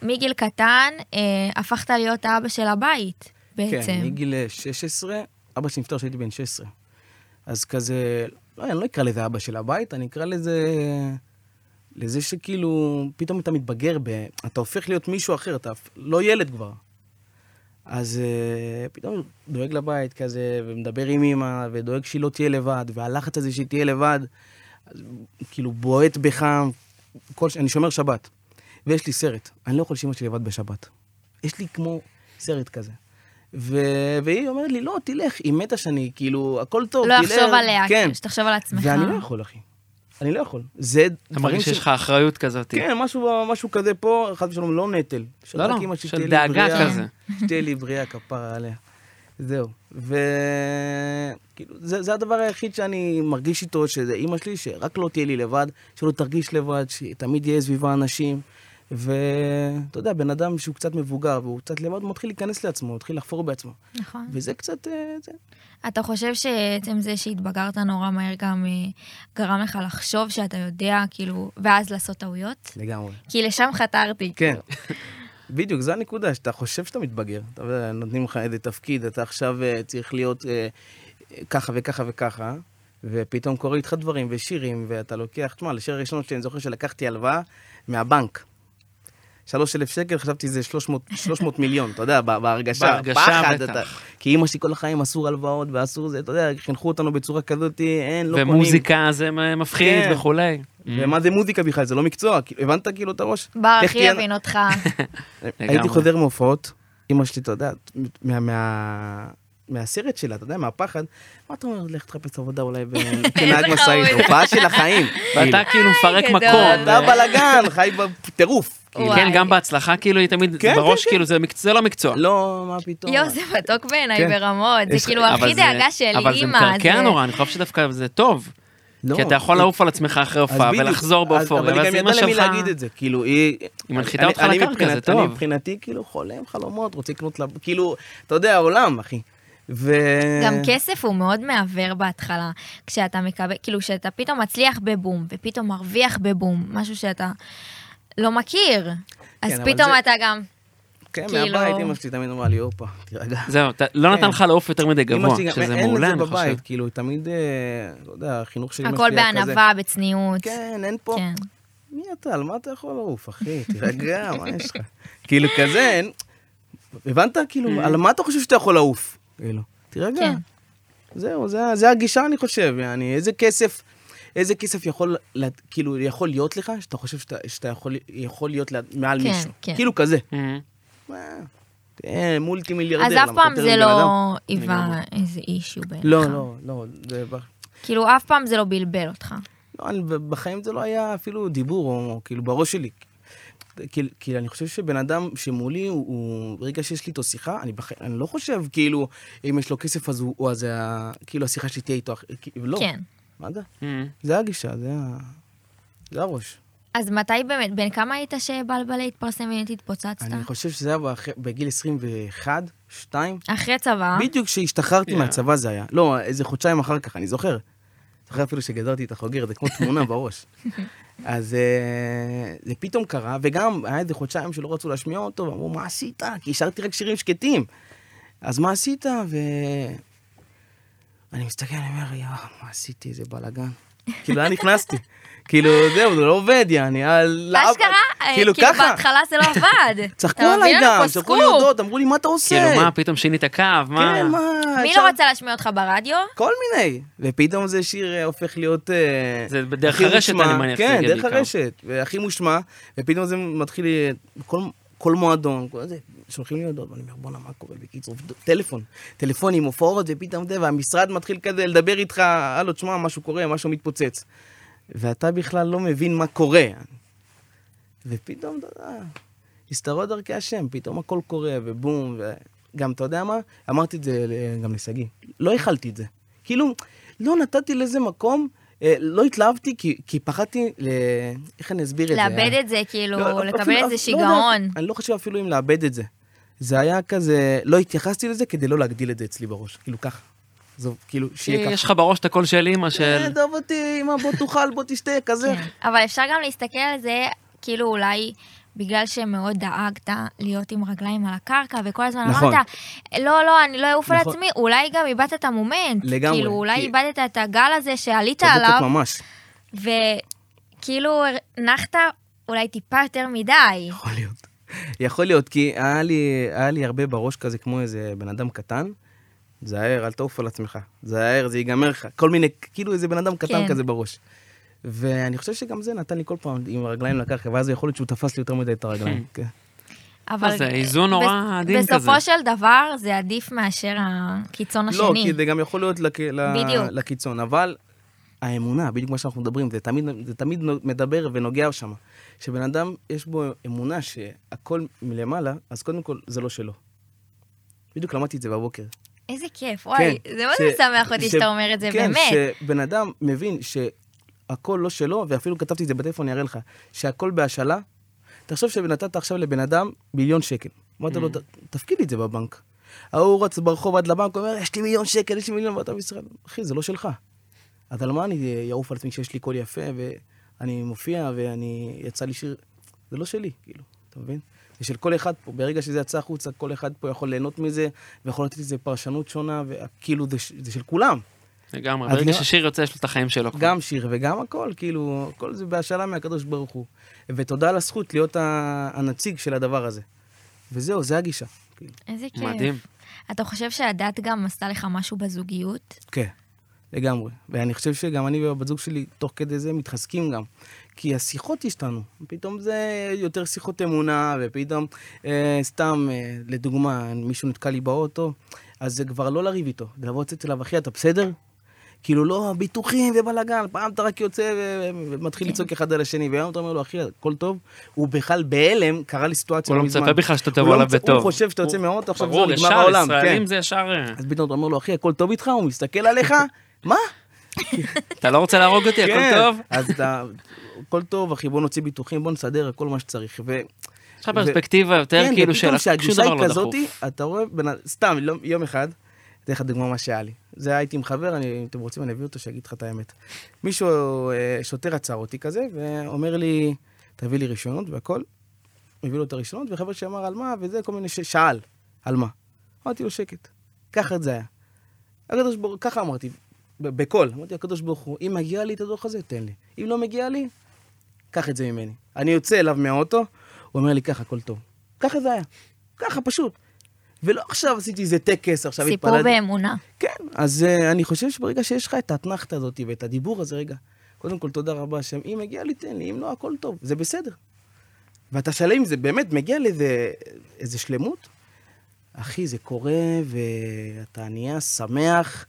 Speaker 1: מגיל קטן אה, הפכת להיות האבא של הבית,
Speaker 3: כן,
Speaker 1: בעצם.
Speaker 3: מגיל אה, 16, אבא שלי נפטר כשהייתי בן 16. אז כזה, לא, אני לא אקרא לזה אבא של הבית, אני אקרא לזה... לזה שכאילו, פתאום אתה מתבגר, ב, אתה הופך להיות מישהו אחר, אתה הפ- לא ילד כבר. אז אה, פתאום דואג לבית כזה, ומדבר עם אמא, ודואג שהיא לא תהיה לבד, והלחץ הזה שהיא תהיה לבד, אז, כאילו בועט בך, כל, ש- אני שומר שבת. ויש לי סרט, אני לא יכול שאימא שלי לבד בשבת. יש לי כמו סרט כזה. ו... והיא אומרת לי, לא, תלך, היא מתה שאני, כאילו, הכל טוב,
Speaker 1: לא
Speaker 3: תלך.
Speaker 1: יחשוב עליה,
Speaker 3: כן.
Speaker 1: שתחשוב על עצמך.
Speaker 3: ואני לא יכול, אחי. אני לא יכול. זה
Speaker 2: אתה
Speaker 3: דברים
Speaker 2: מרגיש שיש לך אחריות כזאת.
Speaker 3: כן, משהו, משהו כזה פה, חס ושלום, לא נטל.
Speaker 2: לא,
Speaker 3: שרק
Speaker 2: לא,
Speaker 3: אמא שלי
Speaker 2: של
Speaker 3: תהיה לי
Speaker 2: דאגה
Speaker 3: בריאה,
Speaker 2: כזה.
Speaker 3: שתהיה לי בריאה, כפרה עליה. זהו. ו... כאילו, זה, זה הדבר היחיד שאני מרגיש איתו, שזה אימא שלי, שרק לא תהיה לי לבד, שלא תרגיש לבד, שתמיד יהיה סביבה אנשים. ואתה יודע, בן אדם שהוא קצת מבוגר והוא קצת לבד, הוא מתחיל להיכנס לעצמו, הוא מתחיל לחפור בעצמו.
Speaker 1: נכון.
Speaker 3: וזה קצת... אה, זה...
Speaker 1: אתה חושב שעצם זה שהתבגרת נורא מהר גם אה, גרם לך לחשוב שאתה יודע, כאילו, ואז לעשות טעויות?
Speaker 3: לגמרי.
Speaker 1: כי לשם חתרתי.
Speaker 3: כן. בדיוק, זו הנקודה, שאתה חושב שאתה מתבגר. אתה יודע, נותנים לך איזה תפקיד, אתה עכשיו אה, צריך להיות אה, אה, ככה וככה וככה, ופתאום קורה איתך דברים ושירים, ואתה לוקח, תשמע, לשיר הראשון שלי, אני זוכר שלקחתי הלוואה מהבנק. 3,000 שקל, חשבתי זה 300, 300 מיליון, אתה יודע, ב- בהרגשה,
Speaker 2: בהרגשה,
Speaker 3: פחד,
Speaker 2: בטח.
Speaker 3: אתה, כי אמא שלי כל החיים אסור הלוואות ואסור זה, אתה יודע, חינכו אותנו בצורה כזאת, אין, לא קונים.
Speaker 2: ומוזיקה Mm. זה מ- מפחיד
Speaker 3: כן.
Speaker 2: וכולי.
Speaker 3: ומה זה מוזיקה בכלל, זה לא מקצוע, כאילו, הבנת כאילו את הראש?
Speaker 1: בר
Speaker 3: לך
Speaker 1: הכי
Speaker 3: תהיה-
Speaker 1: יבין אותך.
Speaker 2: לגמרי.
Speaker 3: הייתי חוזר מהופעות, אמא שלי, אתה יודע, מה- מה... מהסרט שלה, אתה יודע, מהפחד, מה אתה אומר, לך תחפש עבודה אולי ב- כנהג משאית, הופעה של החיים.
Speaker 2: ואתה
Speaker 3: לא.
Speaker 2: כאילו מפרק
Speaker 1: גדול.
Speaker 2: מקום.
Speaker 3: אתה בלאגן, חי בטירוף. כאילו.
Speaker 1: וואי.
Speaker 2: כן, גם בהצלחה, כאילו, היא תמיד,
Speaker 3: כן,
Speaker 2: בראש,
Speaker 3: כן,
Speaker 2: כאילו, זה מקצוע- זה לא מקצוע.
Speaker 3: לא, מה פתאום.
Speaker 1: יואו, זה מתוק בעיניי
Speaker 3: כן.
Speaker 1: ברמות, זה
Speaker 3: יש-
Speaker 1: כאילו
Speaker 2: אבל
Speaker 1: הכי
Speaker 2: זה-
Speaker 1: דאגה שלי, אימא.
Speaker 2: אבל זה מקרקע נורא, אני חושב שדווקא זה טוב.
Speaker 3: לא.
Speaker 2: כי אתה יכול לעוף על עצמך אחרי
Speaker 3: אז
Speaker 2: הופעה
Speaker 3: בדיוק.
Speaker 2: ולחזור
Speaker 3: אז-
Speaker 2: באופור,
Speaker 3: אבל היא גם ידעה למי להגיד את זה, כאילו, היא...
Speaker 2: היא מנחיתה
Speaker 3: אני-
Speaker 2: אותך
Speaker 3: אני
Speaker 2: לקרקע, זה
Speaker 3: מבחינת-
Speaker 2: טוב.
Speaker 3: אני מבחינתי, כאילו, חולם חלומות, רוצה לקנות לב... כאילו, אתה יודע, העולם, אחי. ו...
Speaker 1: גם
Speaker 3: אה.
Speaker 1: כסף הוא מאוד מעוור בהתחלה, כשאתה מקבל, כאילו כשאתה פתאום מצליח בבום, ופתאום מרוויח בבום, משהו שאתה לא מכיר, אז
Speaker 3: כן, אבל
Speaker 1: פתאום
Speaker 3: זה-
Speaker 1: אתה גם...
Speaker 3: כן,
Speaker 1: כאילו-
Speaker 3: מהבית, אמא שלי תמיד אמרה לי, הופה, תירגע.
Speaker 2: זהו, אתה- לא נתן
Speaker 3: כן.
Speaker 2: לך לעוף יותר מדי
Speaker 3: אמא
Speaker 2: גבוה,
Speaker 3: שלי גם-
Speaker 2: שזה
Speaker 3: אין
Speaker 2: מעולה,
Speaker 3: את
Speaker 2: אני
Speaker 3: זה
Speaker 2: חושב.
Speaker 3: בבית, כאילו, היא תמיד, אה, לא יודע, החינוך של אמא שלי
Speaker 1: הכל
Speaker 3: היה כזה.
Speaker 1: בענווה, בצניעות.
Speaker 3: כן, אין פה...
Speaker 1: כן.
Speaker 3: מי אתה? על מה אתה יכול לעוף, אחי? תירגע, מה יש לך? כאילו, כזה, אין- הבנת? כאילו, על מה אתה חושב שאתה יכול לעוף? כאילו, תירגע.
Speaker 1: Mm. כן.
Speaker 3: זהו, זה, זה הגישה, אני חושב, יעני, איזה כסף, איזה כסף יכול, לה- כאילו, יכול להיות לך, שאתה חושב שאתה, שאתה יכול, יכול להיות לה- מעל
Speaker 1: כן,
Speaker 3: מישהו.
Speaker 1: כן.
Speaker 3: כאילו כזה.
Speaker 2: אמ,
Speaker 3: מה, תהיה מולטי מיליארדר.
Speaker 1: אז אף
Speaker 3: למה,
Speaker 1: פעם
Speaker 3: יותר
Speaker 1: זה
Speaker 3: מבן
Speaker 1: לא אה.
Speaker 3: אדם?
Speaker 1: היווה איזה אישיו בעיניך.
Speaker 3: לא, לא, לא, זה... ב-
Speaker 1: כאילו, אף פעם זה לא בלבל אותך.
Speaker 3: לא, אני- בחיים זה לא היה אפילו דיבור, או, או כאילו בראש שלי. כאילו, כאילו, אני חושב שבן אדם שמולי, הוא, הוא ברגע שיש לי איתו שיחה, אני, בח... אני לא חושב, כאילו, אם יש לו כסף אז הוא, או אז זה ה... כאילו, השיחה שלי תהיה איתו, אח- כאילו, לא.
Speaker 1: כן.
Speaker 3: מה זה?
Speaker 2: אמ.
Speaker 3: זה הגישה, זה, ה... זה הראש.
Speaker 1: אז מתי באמת, בן כמה היית שבלבלה התפרסם ונהיית התפוצצת?
Speaker 3: אני חושב שזה היה באח- בגיל 21, 2,
Speaker 1: אחרי צבא,
Speaker 3: בדיוק כשהשתחררתי
Speaker 2: Yeah.
Speaker 3: מהצבא זה היה. לא, איזה חודשיים אחר כך, אני זוכר. זוכר אפילו שגדרתי את החוגר, זה כמו תמונה בראש. אז אה, זה פתאום קרה, וגם היה איזה חודשיים שלא רצו להשמיע אותו, ואמרו, מה עשית? כי השארתי רק שירים שקטים. אז מה עשית? ו... אני מסתכל, אני אומר, יואו, מה עשיתי? איזה בלאגן. כאילו, לאן נכנסתי? כאילו, זהו, זה לא עובד, יעני, על...
Speaker 1: אשכרה, אה, כאילו בהתחלה זה לא עבד.
Speaker 3: צחקו
Speaker 1: אתה
Speaker 3: עליי
Speaker 1: מבין?
Speaker 3: גם,
Speaker 1: אנחנו
Speaker 3: צחקו לי
Speaker 1: סקופ.
Speaker 3: הודות, אמרו לי, מה אתה עושה?
Speaker 2: כאילו, מה, פתאום שינית קו, מה? אה,
Speaker 3: כן, מה?
Speaker 1: מי
Speaker 3: אפשר-
Speaker 1: לא רצה להשמיע אותך ברדיו?
Speaker 3: כל מיני. ופתאום זה שיר אה, הופך להיות... אה,
Speaker 2: זה דרך
Speaker 3: הכי
Speaker 2: הרשת,
Speaker 3: מושמע.
Speaker 2: אני מניח שזה
Speaker 3: כן,
Speaker 2: הגיע
Speaker 3: דרך
Speaker 2: בעיקר.
Speaker 3: הרשת. והכי מושמע, ופתאום זה מתחיל... אה, כל- כל מועדון, כל זה, שולחים לי הודעות, ואני אומר, בואנה, מה קורה? בקיצור, ד- טלפון, טלפונים, הופעות, ופתאום זה, והמשרד מתחיל כזה לדבר איתך, הלו, תשמע, משהו קורה, משהו מתפוצץ. ואתה בכלל לא מבין מה קורה. ופתאום, אתה יודע, הסתרות דרכי השם, פתאום הכל קורה, ובום, וגם, אתה יודע מה? אמרתי את זה ל- גם לשגיא, לא הכלתי את זה. כאילו, לא נתתי לזה מקום, אה, לא התלהבתי, כי, כי פחדתי, ל... איך אני אסביר את זה? אה?
Speaker 1: לאבד את זה, כאילו,
Speaker 3: לא,
Speaker 1: לקבל
Speaker 3: אפילו-
Speaker 1: איזה
Speaker 3: אפילו- לא יודע,
Speaker 1: שיגעון.
Speaker 3: אני לא חושב אפילו אם לאבד את זה. זה היה כזה, לא התייחסתי לזה כדי לא להגדיל את זה אצלי בראש, כאילו ככה. זו, כאילו, שיהיה ככה.
Speaker 2: יש לך בראש את הקול של אימא
Speaker 3: אה,
Speaker 2: של...
Speaker 3: עזוב אותי, אמא, בוא תאכל, בוא תשתה, כזה.
Speaker 1: כן. אבל אפשר גם להסתכל על זה, כאילו אולי בגלל שמאוד דאגת להיות עם רגליים על הקרקע, וכל הזמן
Speaker 3: נכון.
Speaker 1: אמרת, לא, לא, אני לא אעוף על
Speaker 3: נכון.
Speaker 1: עצמי, אולי גם איבדת את המומנט.
Speaker 3: לגמרי,
Speaker 1: כאילו, אולי
Speaker 3: כי-
Speaker 1: איבדת את הגל הזה שעלית
Speaker 3: צודקת
Speaker 1: עליו,
Speaker 3: ממש.
Speaker 1: וכאילו נחת אולי טיפה יותר מדי.
Speaker 3: יכול להיות. יכול להיות, כי היה לי, היה לי הרבה בראש כזה, כמו איזה בן אדם קטן, זהר, אל תעוף על עצמך, זהר, זה ייגמר לך. כל מיני, כאילו איזה בן אדם קטן
Speaker 1: כן.
Speaker 3: כזה בראש. ואני חושב שגם זה נתן לי כל פעם עם הרגליים לקרקע, ואז יכול להיות שהוא תפס לי יותר מדי את הרגליים. כן.
Speaker 1: אבל...
Speaker 2: זה איזון נורא
Speaker 1: בס-
Speaker 2: עדין
Speaker 1: בסופו
Speaker 2: כזה.
Speaker 1: של דבר זה עדיף מאשר הקיצון השני.
Speaker 3: לא, כי זה גם יכול להיות לק- ל-
Speaker 1: בדיוק.
Speaker 3: לקיצון, אבל האמונה, בדיוק מה שאנחנו מדברים, זה תמיד, זה תמיד נו- מדבר ונוגע שם. שבן אדם, יש בו אמונה שהכל מלמעלה, אז קודם כל זה לא שלו. בדיוק למדתי את זה בבוקר.
Speaker 1: איזה כיף, וואי,
Speaker 3: כן,
Speaker 1: זה מאוד
Speaker 3: ש-
Speaker 1: משמח אותי
Speaker 3: ש-
Speaker 1: שאתה אומר את זה,
Speaker 3: כן,
Speaker 1: באמת.
Speaker 3: שבן אדם מבין שהכל לא שלו, ואפילו כתבתי את זה בטלפון, אני אראה לך, שהכל בהשאלה. תחשוב שנתת עכשיו לבן אדם מיליון שקל. אמרת
Speaker 1: Mm.
Speaker 3: לו, "ת- תפקיד לי את זה בבנק. ההוא רץ ברחוב עד לבנק, אומר, יש לי מיליון שקל, יש לי מיליון, ואתה בישראל. אחי, זה לא שלך. אז על מה אני אעוף על עצמי שיש לי קול יפה, ואני מופיע, ואני, יצא לי שיר, זה לא שלי, כאילו, אתה מבין? זה של כל אחד פה, ברגע שזה יצא החוצה, כל אחד פה יכול ליהנות מזה, ויכול לתת לזה פרשנות שונה, וכאילו, זה, ש- זה של כולם.
Speaker 2: לגמרי,
Speaker 3: אז
Speaker 2: ברגע
Speaker 3: נראה-
Speaker 2: ששיר יוצא, יש לו את החיים שלו. כבר.
Speaker 3: גם שיר וגם הכל, כאילו, הכל זה בהשאלה מהקדוש ברוך הוא. ותודה על הזכות להיות ה- הנציג של הדבר הזה. וזהו, זה הגישה. כאילו.
Speaker 1: איזה כיף.
Speaker 2: מדהים.
Speaker 1: אתה חושב שהדת גם עשתה לך משהו בזוגיות?
Speaker 3: כן, לגמרי. ואני חושב שגם אני והבת זוג שלי, תוך כדי זה, מתחזקים גם. כי השיחות השתנו. פתאום זה יותר שיחות אמונה, ופתאום, אה, סתם, אה, לדוגמה, מישהו נתקע לי באוטו, אז זה כבר לא לריב איתו, זה לבוא לצאת אליו, אחי, אתה בסדר? כאילו, לא, ביטוחים ובלאגן, פעם אתה רק יוצא ו- ומתחיל
Speaker 1: כן.
Speaker 3: לצעוק אחד על השני, והיום אתה אומר לו, אחי, הכל טוב? הוא בכלל בהלם, קרה לי סיטואציה
Speaker 2: הוא לא
Speaker 3: מזמן.
Speaker 2: מצפה בכלל שאתה
Speaker 3: הוא
Speaker 2: תבוא
Speaker 3: לא
Speaker 2: עליו
Speaker 3: מצ-
Speaker 2: בטוב.
Speaker 3: הוא חושב שאתה יוצא
Speaker 2: הוא-
Speaker 3: מהאוטו, עכשיו
Speaker 2: ברור,
Speaker 3: זהו, נגמר
Speaker 2: ישר,
Speaker 3: העולם,
Speaker 2: ישראלים
Speaker 3: כן.
Speaker 2: זה ישר... אה,
Speaker 3: אז פתאום אתה אומר לו, אחי, הכל טוב איתך? הוא מסתכל עליך, מה?
Speaker 2: אתה לא רוצה להרוג אותי,
Speaker 3: כן.
Speaker 2: הכל טוב?
Speaker 3: אז אתה, הכל טוב, אחי, בוא נוציא ביטוחים, בוא נסדר הכל מה שצריך. ו...
Speaker 2: יש לך פרספקטיבה יותר
Speaker 3: כן,
Speaker 2: כאילו
Speaker 3: ופתאום
Speaker 2: של... שום
Speaker 3: כשהגישה
Speaker 2: דבר
Speaker 3: היא
Speaker 2: לא
Speaker 3: כזאת,
Speaker 2: דחוף.
Speaker 3: אתה רואה, בן... אד- סתם, לא, יום אחד, אתן לך דוגמה מה שהיה לי. זה היה הייתי עם חבר, אני, אם אתם רוצים, אני אביא אותו שיגיד לך את האמת. מישהו, אה, שוטר עצר אותי כזה, ואומר לי, תביא לי רישיונות והכל. הביא לו את הרישיונות, וחבר שאמר על מה, וזה, כל מיני, ש... שאל, על מה. אמרתי לו, שקט. ככה זה היה. הקדוש ברוך הוא, ככה אמרתי, ב- בקול, אמרתי, הקדוש ברוך הוא, אם מגיע לי את הדוח הזה, תן לי. אם לא מגיע לי, קח את זה ממני. אני יוצא אליו מהאוטו, הוא אומר לי, ככה, הכל טוב. ככה זה היה. ככה, פשוט. ולא עכשיו עשיתי איזה טקס, עכשיו
Speaker 1: סיפור באמונה.
Speaker 3: כן, אז uh, אני חושב שברגע שיש לך את האתנחתא הזאת ואת הדיבור הזה, רגע, קודם כל תודה רבה השם, אם מגיע לי תן לי, אם לא הכל טוב, זה בסדר. ואתה שלם עם זה, באמת מגיע לאיזה איזה שלמות? אחי, זה קורה ואתה נהיה שמח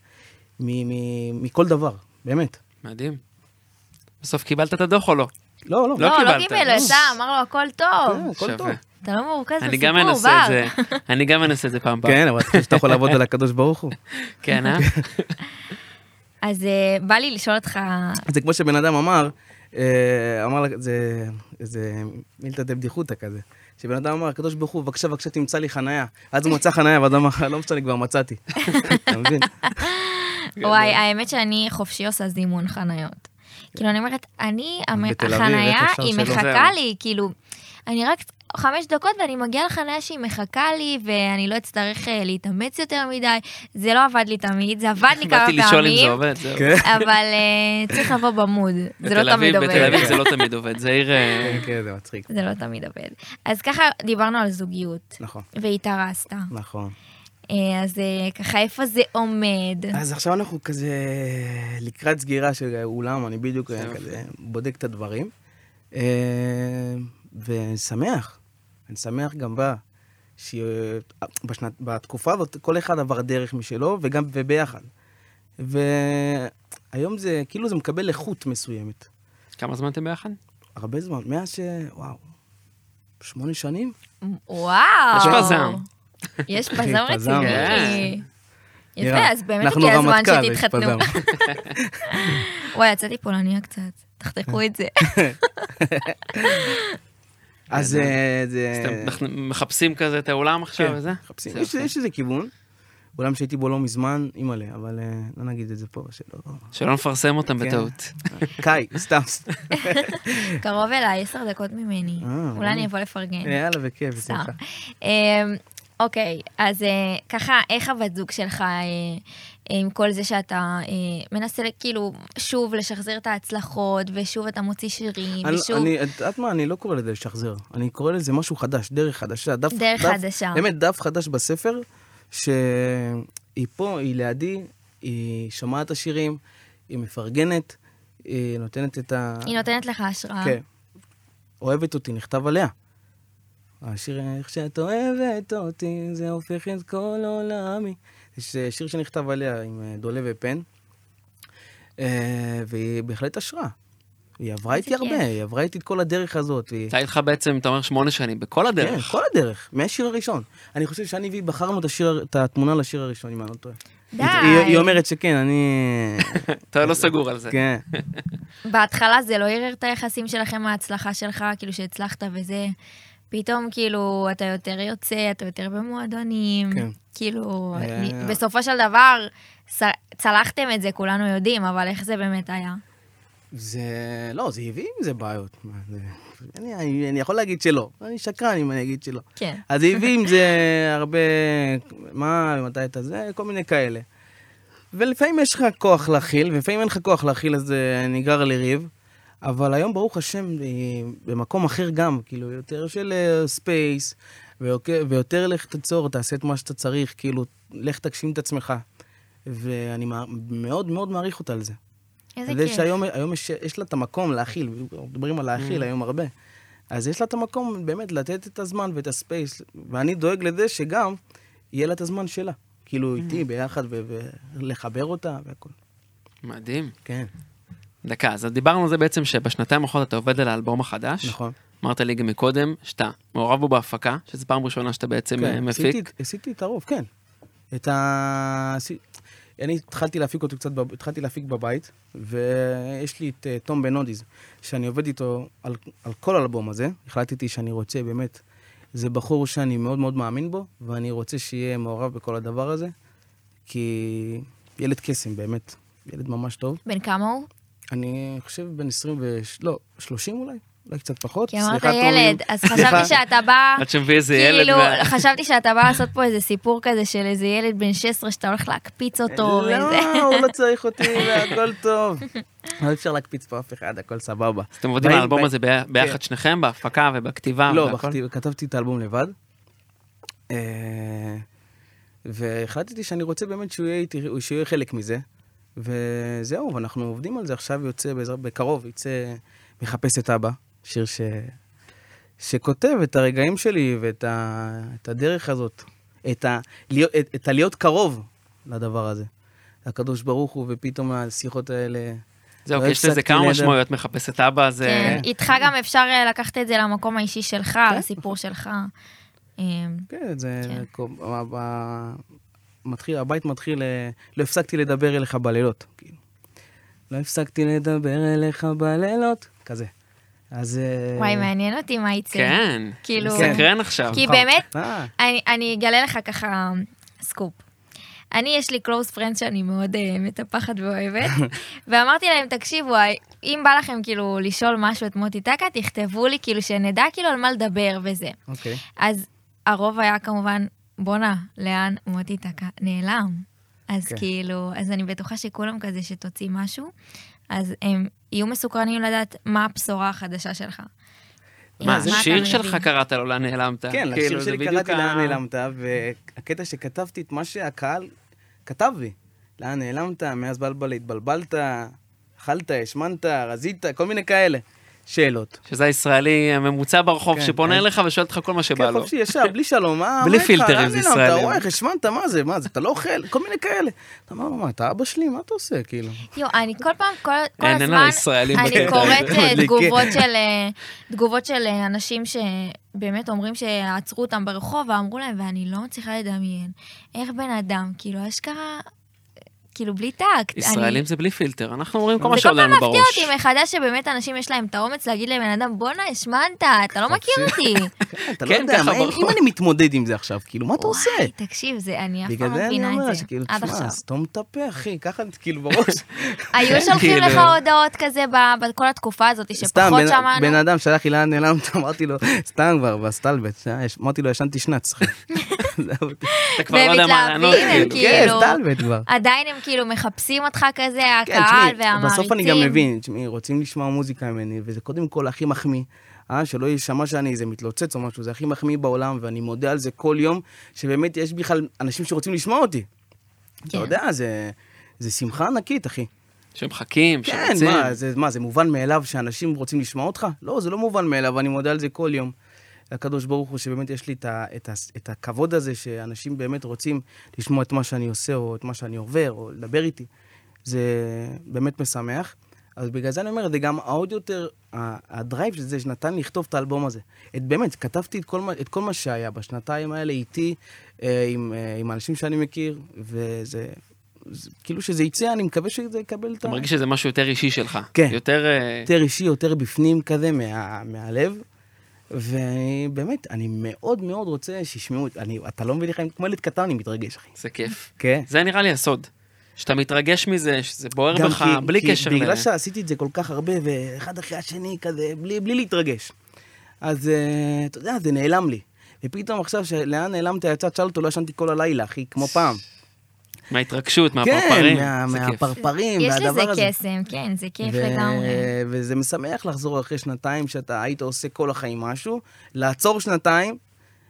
Speaker 3: מ- מ- מכל דבר, באמת.
Speaker 2: מדהים. בסוף קיבלת את הדוח או לא?
Speaker 3: לא,
Speaker 2: לא
Speaker 3: לא.
Speaker 1: לא, לא
Speaker 2: קיבלת.
Speaker 1: קיבל, הוא יצא, אמר לו, הכל
Speaker 3: כן,
Speaker 1: טוב.
Speaker 3: הכל
Speaker 2: שווה.
Speaker 3: טוב.
Speaker 1: אתה לא מורכז בסיפור,
Speaker 2: אני גם אנסה
Speaker 1: בר.
Speaker 2: את זה, אני גם אנסה את זה פעם הבאה.
Speaker 3: כן, אבל אתה חושב שאתה יכול לעבוד על הקדוש ברוך הוא.
Speaker 2: כן, אה?
Speaker 1: אז אה, בא לי לשאול אותך,
Speaker 3: זה כמו שבן אדם אמר, אה, אמר, לה- זה איזה מילתא דבדיחותא כזה. שבן אדם אמר, הקדוש ברוך הוא, בבקשה, בבקשה, תמצא לי חניה. אז הוא מצא חניה, ואז אמר, לא משנה, כבר מצאתי. אתה מבין?
Speaker 1: וואי, האמת שאני חופשי עושה זימון חניות. כאילו, אני אומרת, אני, המ-
Speaker 3: בתל אביב,
Speaker 1: החניה,
Speaker 3: איך אפשר
Speaker 1: היא
Speaker 3: שלא?
Speaker 1: מחכה
Speaker 2: זהו.
Speaker 1: לי, כאילו, אני רק חמש דקות ואני מגיעה לחניה שהיא מחכה לי, ואני לא אצטרך אה, להתאמץ יותר מדי. זה לא עבד לי תמיד, זה עבד לי כמה
Speaker 2: באתי לשאול אם זה
Speaker 1: פעמים,
Speaker 2: עובד, זהו.
Speaker 3: כן.
Speaker 1: אבל אה, צריך לבוא במוד, זה
Speaker 2: בתל
Speaker 1: לא תמיד
Speaker 2: אביב-
Speaker 1: עובד.
Speaker 2: בתל אביב זה לא תמיד עובד, זה עיר... אה,
Speaker 3: כן, כן, זה מצחיק.
Speaker 1: זה לא תמיד עובד. אז ככה דיברנו על זוגיות,
Speaker 3: נכון,
Speaker 1: והתארסת.
Speaker 3: נכון.
Speaker 1: אה, אז אה, ככה, איפה זה עומד?
Speaker 3: אז עכשיו אנחנו כזה לקראת סגירה של אולם, אני בדיוק
Speaker 2: יופי.
Speaker 3: כזה בודק את הדברים. אה, ואני שמח, אני שמח גם בה, שבתקופה הזאת כל אחד עבר דרך משלו, וגם וביחד. והיום זה, כאילו זה מקבל איכות מסוימת.
Speaker 2: כמה זמן אתם ביחד?
Speaker 3: הרבה זמן, מאז ש... וואו, שמונה שנים?
Speaker 1: וואו.
Speaker 2: יש פה זעם.
Speaker 1: יש פה
Speaker 3: אחי,
Speaker 1: זעם
Speaker 3: פה זעם.
Speaker 2: כן.
Speaker 1: רציני. יפה,
Speaker 3: אה. נראה.
Speaker 1: אז באמת
Speaker 3: אנחנו
Speaker 1: הגיע הזמן
Speaker 3: הרמטכ"ל, יש
Speaker 1: שתתחתנו.
Speaker 3: פזם.
Speaker 1: וואי, יצאתי פולניה קצת,
Speaker 3: כן.
Speaker 1: תחתכו את זה.
Speaker 3: אז אה, זה...
Speaker 2: אז אתם אנחנו מחפשים כזה את האולם עכשיו וזה?
Speaker 3: מחפשים.
Speaker 2: זה
Speaker 3: יש-
Speaker 2: יפה.
Speaker 3: יש איזה כיוון. אולם שהייתי בו לא מזמן, אימא'לה, אבל אה, לא נגיד את זה פה, שלא...
Speaker 2: שלא נפרסם אותם
Speaker 3: כן.
Speaker 2: בטעות.
Speaker 3: קאי, סתם. סתם.
Speaker 1: קרוב אליי, עשר דקות ממני.
Speaker 3: אה,
Speaker 1: אולי אני
Speaker 3: אה.
Speaker 1: אבוא לפרגן.
Speaker 3: יאללה, בכיף,
Speaker 1: סתם.
Speaker 3: בשמחה.
Speaker 1: אמ, אוקיי, אז אה, ככה, איך הבת זוג שלך, אה, עם כל זה שאתה אה, מנסה כאילו שוב לשחזר את ההצלחות, ושוב אתה מוציא שירים,
Speaker 3: אני-
Speaker 1: ושוב...
Speaker 3: אני, את יודעת מה, אני לא קורא לזה לשחזר, אני קורא לזה משהו חדש, דרך חדשה, דף...
Speaker 1: דרך
Speaker 3: דף-
Speaker 1: חדשה.
Speaker 3: באמת, דף חדש בספר, שהיא פה, היא לידי, היא שומעת את השירים, היא מפרגנת, היא נותנת את ה...
Speaker 1: היא נותנת לך השראה.
Speaker 3: כן. אוהבת אותי, נכתב עליה. השיר איך שאת אוהבת אותי, זה הופך את כל עולמי. זה שיר שנכתב עליה עם אה, דולה ופן, אה, והיא בהחלט השראה. היא עברה
Speaker 1: איזה
Speaker 3: איתי הרבה,
Speaker 1: כיף.
Speaker 3: היא עברה איתי את כל הדרך הזאת. והיא-
Speaker 2: אתה איתך בעצם, אתה אומר שמונה שנים, בכל
Speaker 3: כן,
Speaker 2: הדרך.
Speaker 3: כל הדרך, מהשיר הראשון. אני חושב שאני והיא בחרנו את השיר, את התמונה לשיר הראשון, אם אני לא טועה.
Speaker 1: די.
Speaker 3: היא- היא אומרת שכן, אני...
Speaker 2: אתה לא סגור על זה.
Speaker 3: כן.
Speaker 1: בהתחלה זה לא ערער את היחסים שלכם מההצלחה שלך, כאילו שהצלחת וזה. פתאום כאילו אתה יותר יוצא, אתה יותר במועדונים.
Speaker 3: כן.
Speaker 1: כאילו,
Speaker 3: אה.
Speaker 1: אני- בסופו של דבר, ס- צלחתם את זה, כולנו יודעים, אבל איך זה באמת היה?
Speaker 3: זה... לא, זה הביא עם זה בעיות. מה, זה... אני, אני, אני יכול להגיד שלא. אני שקרן אם אני אגיד שלא.
Speaker 1: כן.
Speaker 3: אז זה הביא עם זה הרבה... מה, ומתי אתה זה, כל מיני כאלה. ולפעמים יש לך כוח להכיל, ולפעמים אין לך כוח להכיל, אז אה, ניגר לריב. אבל היום, ברוך השם, היא במקום אחר גם, כאילו, יותר של אה, ספייס, ואוקיי- ויותר לך תצור, תעשה את מה שאתה צריך, כאילו, לך תגשים את עצמך. ואני מע- מאוד מאוד מעריך אותה על זה.
Speaker 1: איזה
Speaker 3: אתה יודע
Speaker 1: כיף.
Speaker 3: שהיום היום יש, יש לה את המקום להכיל, מדברים על
Speaker 1: Mm.
Speaker 3: להכיל היום הרבה. אז יש לה את המקום באמת לתת את הזמן ואת הספייס, ואני דואג לזה שגם יהיה לה את הזמן שלה. כאילו
Speaker 1: Mm-hmm.
Speaker 3: איתי ביחד ו- ולחבר אותה והכול.
Speaker 2: מדהים.
Speaker 3: כן,
Speaker 2: דקה, אז דיברנו על זה בעצם שבשנתיים האחרונות אתה עובד על האלבום החדש.
Speaker 3: נכון.
Speaker 2: אמרת לי גם מקודם שאתה מעורב בו בהפקה, שזו פעם ראשונה שאתה בעצם
Speaker 3: כן,
Speaker 2: אה, מפיק.
Speaker 3: עשיתי- עשיתי את הרוב, כן. את ה... עשי- אני התחלתי להפיק אותו קצת, בב- התחלתי להפיק בבית, ויש לי את אה, תום בן אודיז, שאני עובד איתו על, על כל האלבום הזה. החלטתי שאני רוצה, באמת, זה בחור שאני מאוד מאוד מאמין בו, ואני רוצה שיהיה מעורב בכל הדבר הזה, כי ילד קסם, באמת, ילד ממש טוב.
Speaker 1: בן כמה הוא?
Speaker 3: אני חושב בין 20 ו... לא, 30 אולי, אולי קצת פחות.
Speaker 1: כי אמרת
Speaker 3: סליחה, תום,
Speaker 1: ילד,
Speaker 3: אם-
Speaker 1: אז
Speaker 3: סליחה.
Speaker 1: חשבתי שאתה בא...
Speaker 2: עד שמביא איזה ילד.
Speaker 1: כאילו,
Speaker 2: ו-
Speaker 1: חשבתי שאתה בא לעשות פה איזה סיפור כזה של איזה ילד בן 16 שאתה הולך להקפיץ אותו. וזה.
Speaker 3: לא, הוא לא צריך אותי, והכל טוב. לא אפשר להקפיץ פה אף אחד, הכל סבבה.
Speaker 2: אז אתם עובדים על
Speaker 3: באים-
Speaker 2: האלבום
Speaker 3: באים-
Speaker 2: הזה ב- ביחד שניכם, בהפקה ובכתיבה
Speaker 3: כן. לא,
Speaker 2: והכל?
Speaker 3: בכתיב- כתבתי את האלבום לבד. אה, והחלטתי שאני רוצה באמת שהוא יהיה איתי- שהוא יהיה חלק מזה. וזהו, ואנחנו עובדים על זה. עכשיו יוצא, בעזרת- בקרוב יצא מחפש את אבא, שיר ש... שכותב את הרגעים שלי ואת ה... את הדרך הזאת, את, ה... להיות- את... את הלהיות קרוב לדבר הזה. הקדוש ברוך הוא, ופתאום השיחות האלה...
Speaker 2: זהו,
Speaker 3: לא
Speaker 2: כי יש לזה
Speaker 3: הפסקתי
Speaker 2: כמה
Speaker 3: לידם.
Speaker 2: משמעויות, מחפש את אבא, זה...
Speaker 1: כן, איתך גם אפשר אה, לקחת את זה למקום האישי שלך, לסיפור שלך. אה,
Speaker 3: כן, זה...
Speaker 1: כן.
Speaker 3: קו- ה- ה- מתחיל, הבית מתחיל... אה, לא הפסקתי לדבר אליך בלילות. כאילו. לא הפסקתי לדבר אליך בלילות. כזה. אז... אה,
Speaker 1: וואי, מעניין אותי מה יצא.
Speaker 2: כן.
Speaker 1: כאילו-
Speaker 2: סקרן עכשיו.
Speaker 1: כי באמת,
Speaker 3: אה,
Speaker 1: אני- אני אגלה לך ככה אמ, סקופ. אני, יש לי קלוס פרנד שאני מאוד אה, מטפחת ואוהבת, ואמרתי להם, תקשיבו, ה- אם בא לכם כאילו לשאול משהו את מוטי טקה, תכתבו לי, כאילו שנדע כאילו על מה לדבר וזה.
Speaker 3: אוקיי.
Speaker 2: כן,
Speaker 1: אז הרוב היה כמובן, בואנה, לאן מוטי טקה נעלם. אז
Speaker 3: כן.
Speaker 1: כאילו, אז אני בטוחה שכולם כזה שתוציא משהו, אז הם יהיו מסוקרנים לדעת מה הבשורה החדשה שלך.
Speaker 2: מה,
Speaker 1: אתה
Speaker 2: זה שיר
Speaker 1: מביא?
Speaker 2: שלך קראת לו, לאן נעלמת?
Speaker 3: כן, לשיר
Speaker 2: כאילו, זה
Speaker 3: שלי
Speaker 2: בדיוק
Speaker 3: קראתי
Speaker 2: ה-
Speaker 3: לאן נעלמת, והקטע שכתבתי את מה שהקהל כתב לי. לאן נעלמת, מאז בלבל התבלבלת, אכלת, השמנת, רזית, כל מיני כאלה. שאלות.
Speaker 2: שזה הישראלי הממוצע ברחוב
Speaker 3: כן,
Speaker 2: שפונה
Speaker 3: אז-
Speaker 2: אליך ושואל אותך כל מה שבא
Speaker 3: כן,
Speaker 2: לו.
Speaker 3: חופשי, ישר, בלי שלום, מה...
Speaker 2: בלי
Speaker 3: מה איתך?
Speaker 2: פילטרים,
Speaker 3: לאן
Speaker 2: זה
Speaker 3: נעלמת?
Speaker 2: ישראלים.
Speaker 3: אתה רואה, איך השמנת, מה זה, מה זה, אתה לא אוכל, כל מיני כאלה. אתה אומר לו, מה, אתה אבא שלי, מה אתה עושה, כאילו?
Speaker 1: יו, אני כל פעם, כל, כל
Speaker 2: אין, אין על
Speaker 1: הזמן,
Speaker 2: הישראלים בקטע
Speaker 1: אני קוראת
Speaker 2: הזה. כן.
Speaker 1: אה,
Speaker 3: מדליקים.
Speaker 1: תגובות של, אה, תגובות של אה, אנשים שבאמת אומרים שעצרו אותם ברחוב ואמרו להם, ואני לא מצליחה לדמיין איך בן אדם, כאילו, אשכרה, כאילו, בלי טקט.
Speaker 2: ישראלים
Speaker 1: אני...
Speaker 2: זה בלי פילטר, אנחנו אומרים כל
Speaker 1: זה
Speaker 2: מה
Speaker 1: כל
Speaker 2: שעולה
Speaker 1: פעם
Speaker 2: לנו
Speaker 1: מפתיע
Speaker 2: בראש.
Speaker 1: אותי מחדש שבאמת אנשים יש להם את האומץ להגיד לבן אדם, בואנה, השמנת, אתה לא מכיר אותי.
Speaker 3: אתה לא
Speaker 2: כן,
Speaker 3: יודע,
Speaker 2: ככה
Speaker 3: מה, אם
Speaker 2: ברחוב.
Speaker 3: אם אני מתמודד עם זה עכשיו, כאילו, מה אתה עושה?
Speaker 1: וואי, תקשיב, זה, אני אף
Speaker 3: בגלל
Speaker 1: פעם לא
Speaker 3: זה אני
Speaker 1: מבינה
Speaker 3: אומר
Speaker 1: את זה,
Speaker 3: שכאילו,
Speaker 1: עד
Speaker 3: תשמע,
Speaker 1: עכשיו.
Speaker 3: סתום את הפה, אחי, ככה, כאילו, בראש.
Speaker 1: היו שולחים
Speaker 2: כאילו.
Speaker 1: לך הודעות כזה ב- בכל התקופה הזאת,
Speaker 3: סתם,
Speaker 1: שפחות
Speaker 3: בן-
Speaker 1: שמענו.
Speaker 3: בן אדם שלח לי לאן נעלמת, אמרתי לו, סתם כבר, בסטלבט, אה, יש- אמרתי לו, ישנתי שנץ. אחי." זה היה אותי.
Speaker 2: אתה כבר לא יודע מה
Speaker 1: ומתלהבים,
Speaker 2: לענות.
Speaker 1: הם
Speaker 2: כאילו.
Speaker 1: כאילו-
Speaker 3: כן, סטלבט כבר.
Speaker 1: עדיין הם כאילו מחפשים אותך כזה,
Speaker 3: כן,
Speaker 1: הקהל
Speaker 3: תשמעי,
Speaker 1: והמעריצים.
Speaker 3: בסוף אני גם מבין, תשמעי, רוצים לשמוע מוזיקה ממני, וזה קודם כל הכי מחמיא. אה, שלא יישמע שאני איזה מתלוצץ או משהו, זה הכי מחמיא בעולם, ואני מודה על זה כל יום, שבאמת יש בכלל אנשים שרוצים לשמוע אותי. אתה
Speaker 1: כן.
Speaker 3: יודע, זה, זה שמחה ענקית, אחי.
Speaker 2: שמחכים,
Speaker 3: כן,
Speaker 2: שרוצים.
Speaker 3: מה זה, מה, זה מובן מאליו שאנשים רוצים לשמוע אותך? לא, זה לא מובן מאליו, אני מודה על זה כל יום. לקדוש ברוך הוא, שבאמת יש לי את, ה, את, ה, את הכבוד הזה, שאנשים באמת רוצים לשמוע את מה שאני עושה, או את מה שאני עובר, או לדבר איתי. זה באמת משמח. אז בגלל זה אני אומר, זה גם העוד יותר, ה- הדרייב של זה שנתן לי לכתוב את האלבום הזה. את, באמת, כתבתי את כל, מה- את כל מה שהיה בשנתיים האלה איתי, אה, עם, אה, עם האנשים שאני מכיר, וזה... זה, כאילו שזה יצא, אני מקווה שזה יקבל את
Speaker 2: אתה מרגיש שזה משהו יותר אישי שלך.
Speaker 3: כן.
Speaker 2: יותר... אה,
Speaker 3: יותר אישי, יותר בפנים כזה מה, מהלב. ובאמת, אני מאוד מאוד רוצה שישמעו, את- אני, אתה לא מבין לך, אני כמו ילד קטן, אני מתרגש, אחי.
Speaker 2: זה כיף.
Speaker 3: כן.
Speaker 2: זה נראה לי הסוד. שאתה מתרגש מזה, שזה בוער
Speaker 3: גם
Speaker 2: בך,
Speaker 3: כי-
Speaker 2: בלי
Speaker 3: כי
Speaker 2: קשר
Speaker 3: בגלל
Speaker 2: ל...
Speaker 3: שעשיתי את זה כל כך הרבה, ואחד אחרי השני כזה, בלי, בלי להתרגש. אז אה, אתה יודע, זה נעלם לי. ופתאום עכשיו, לאן נעלמת, יצא צ'לטו, לא ישנתי כל הלילה, אחי, כמו פעם.
Speaker 2: מההתרגשות,
Speaker 3: כן,
Speaker 2: מהפרפרים.
Speaker 3: מה-
Speaker 2: זה כיף.
Speaker 3: מהפרפרים,
Speaker 1: יש
Speaker 3: והדבר
Speaker 1: לזה
Speaker 3: הזה.
Speaker 1: קסם, כן, זה כיף לגמרי.
Speaker 3: וזה משמח לחזור אחרי שנתיים שאתה היית עושה כל החיים משהו, לעצור שנתיים,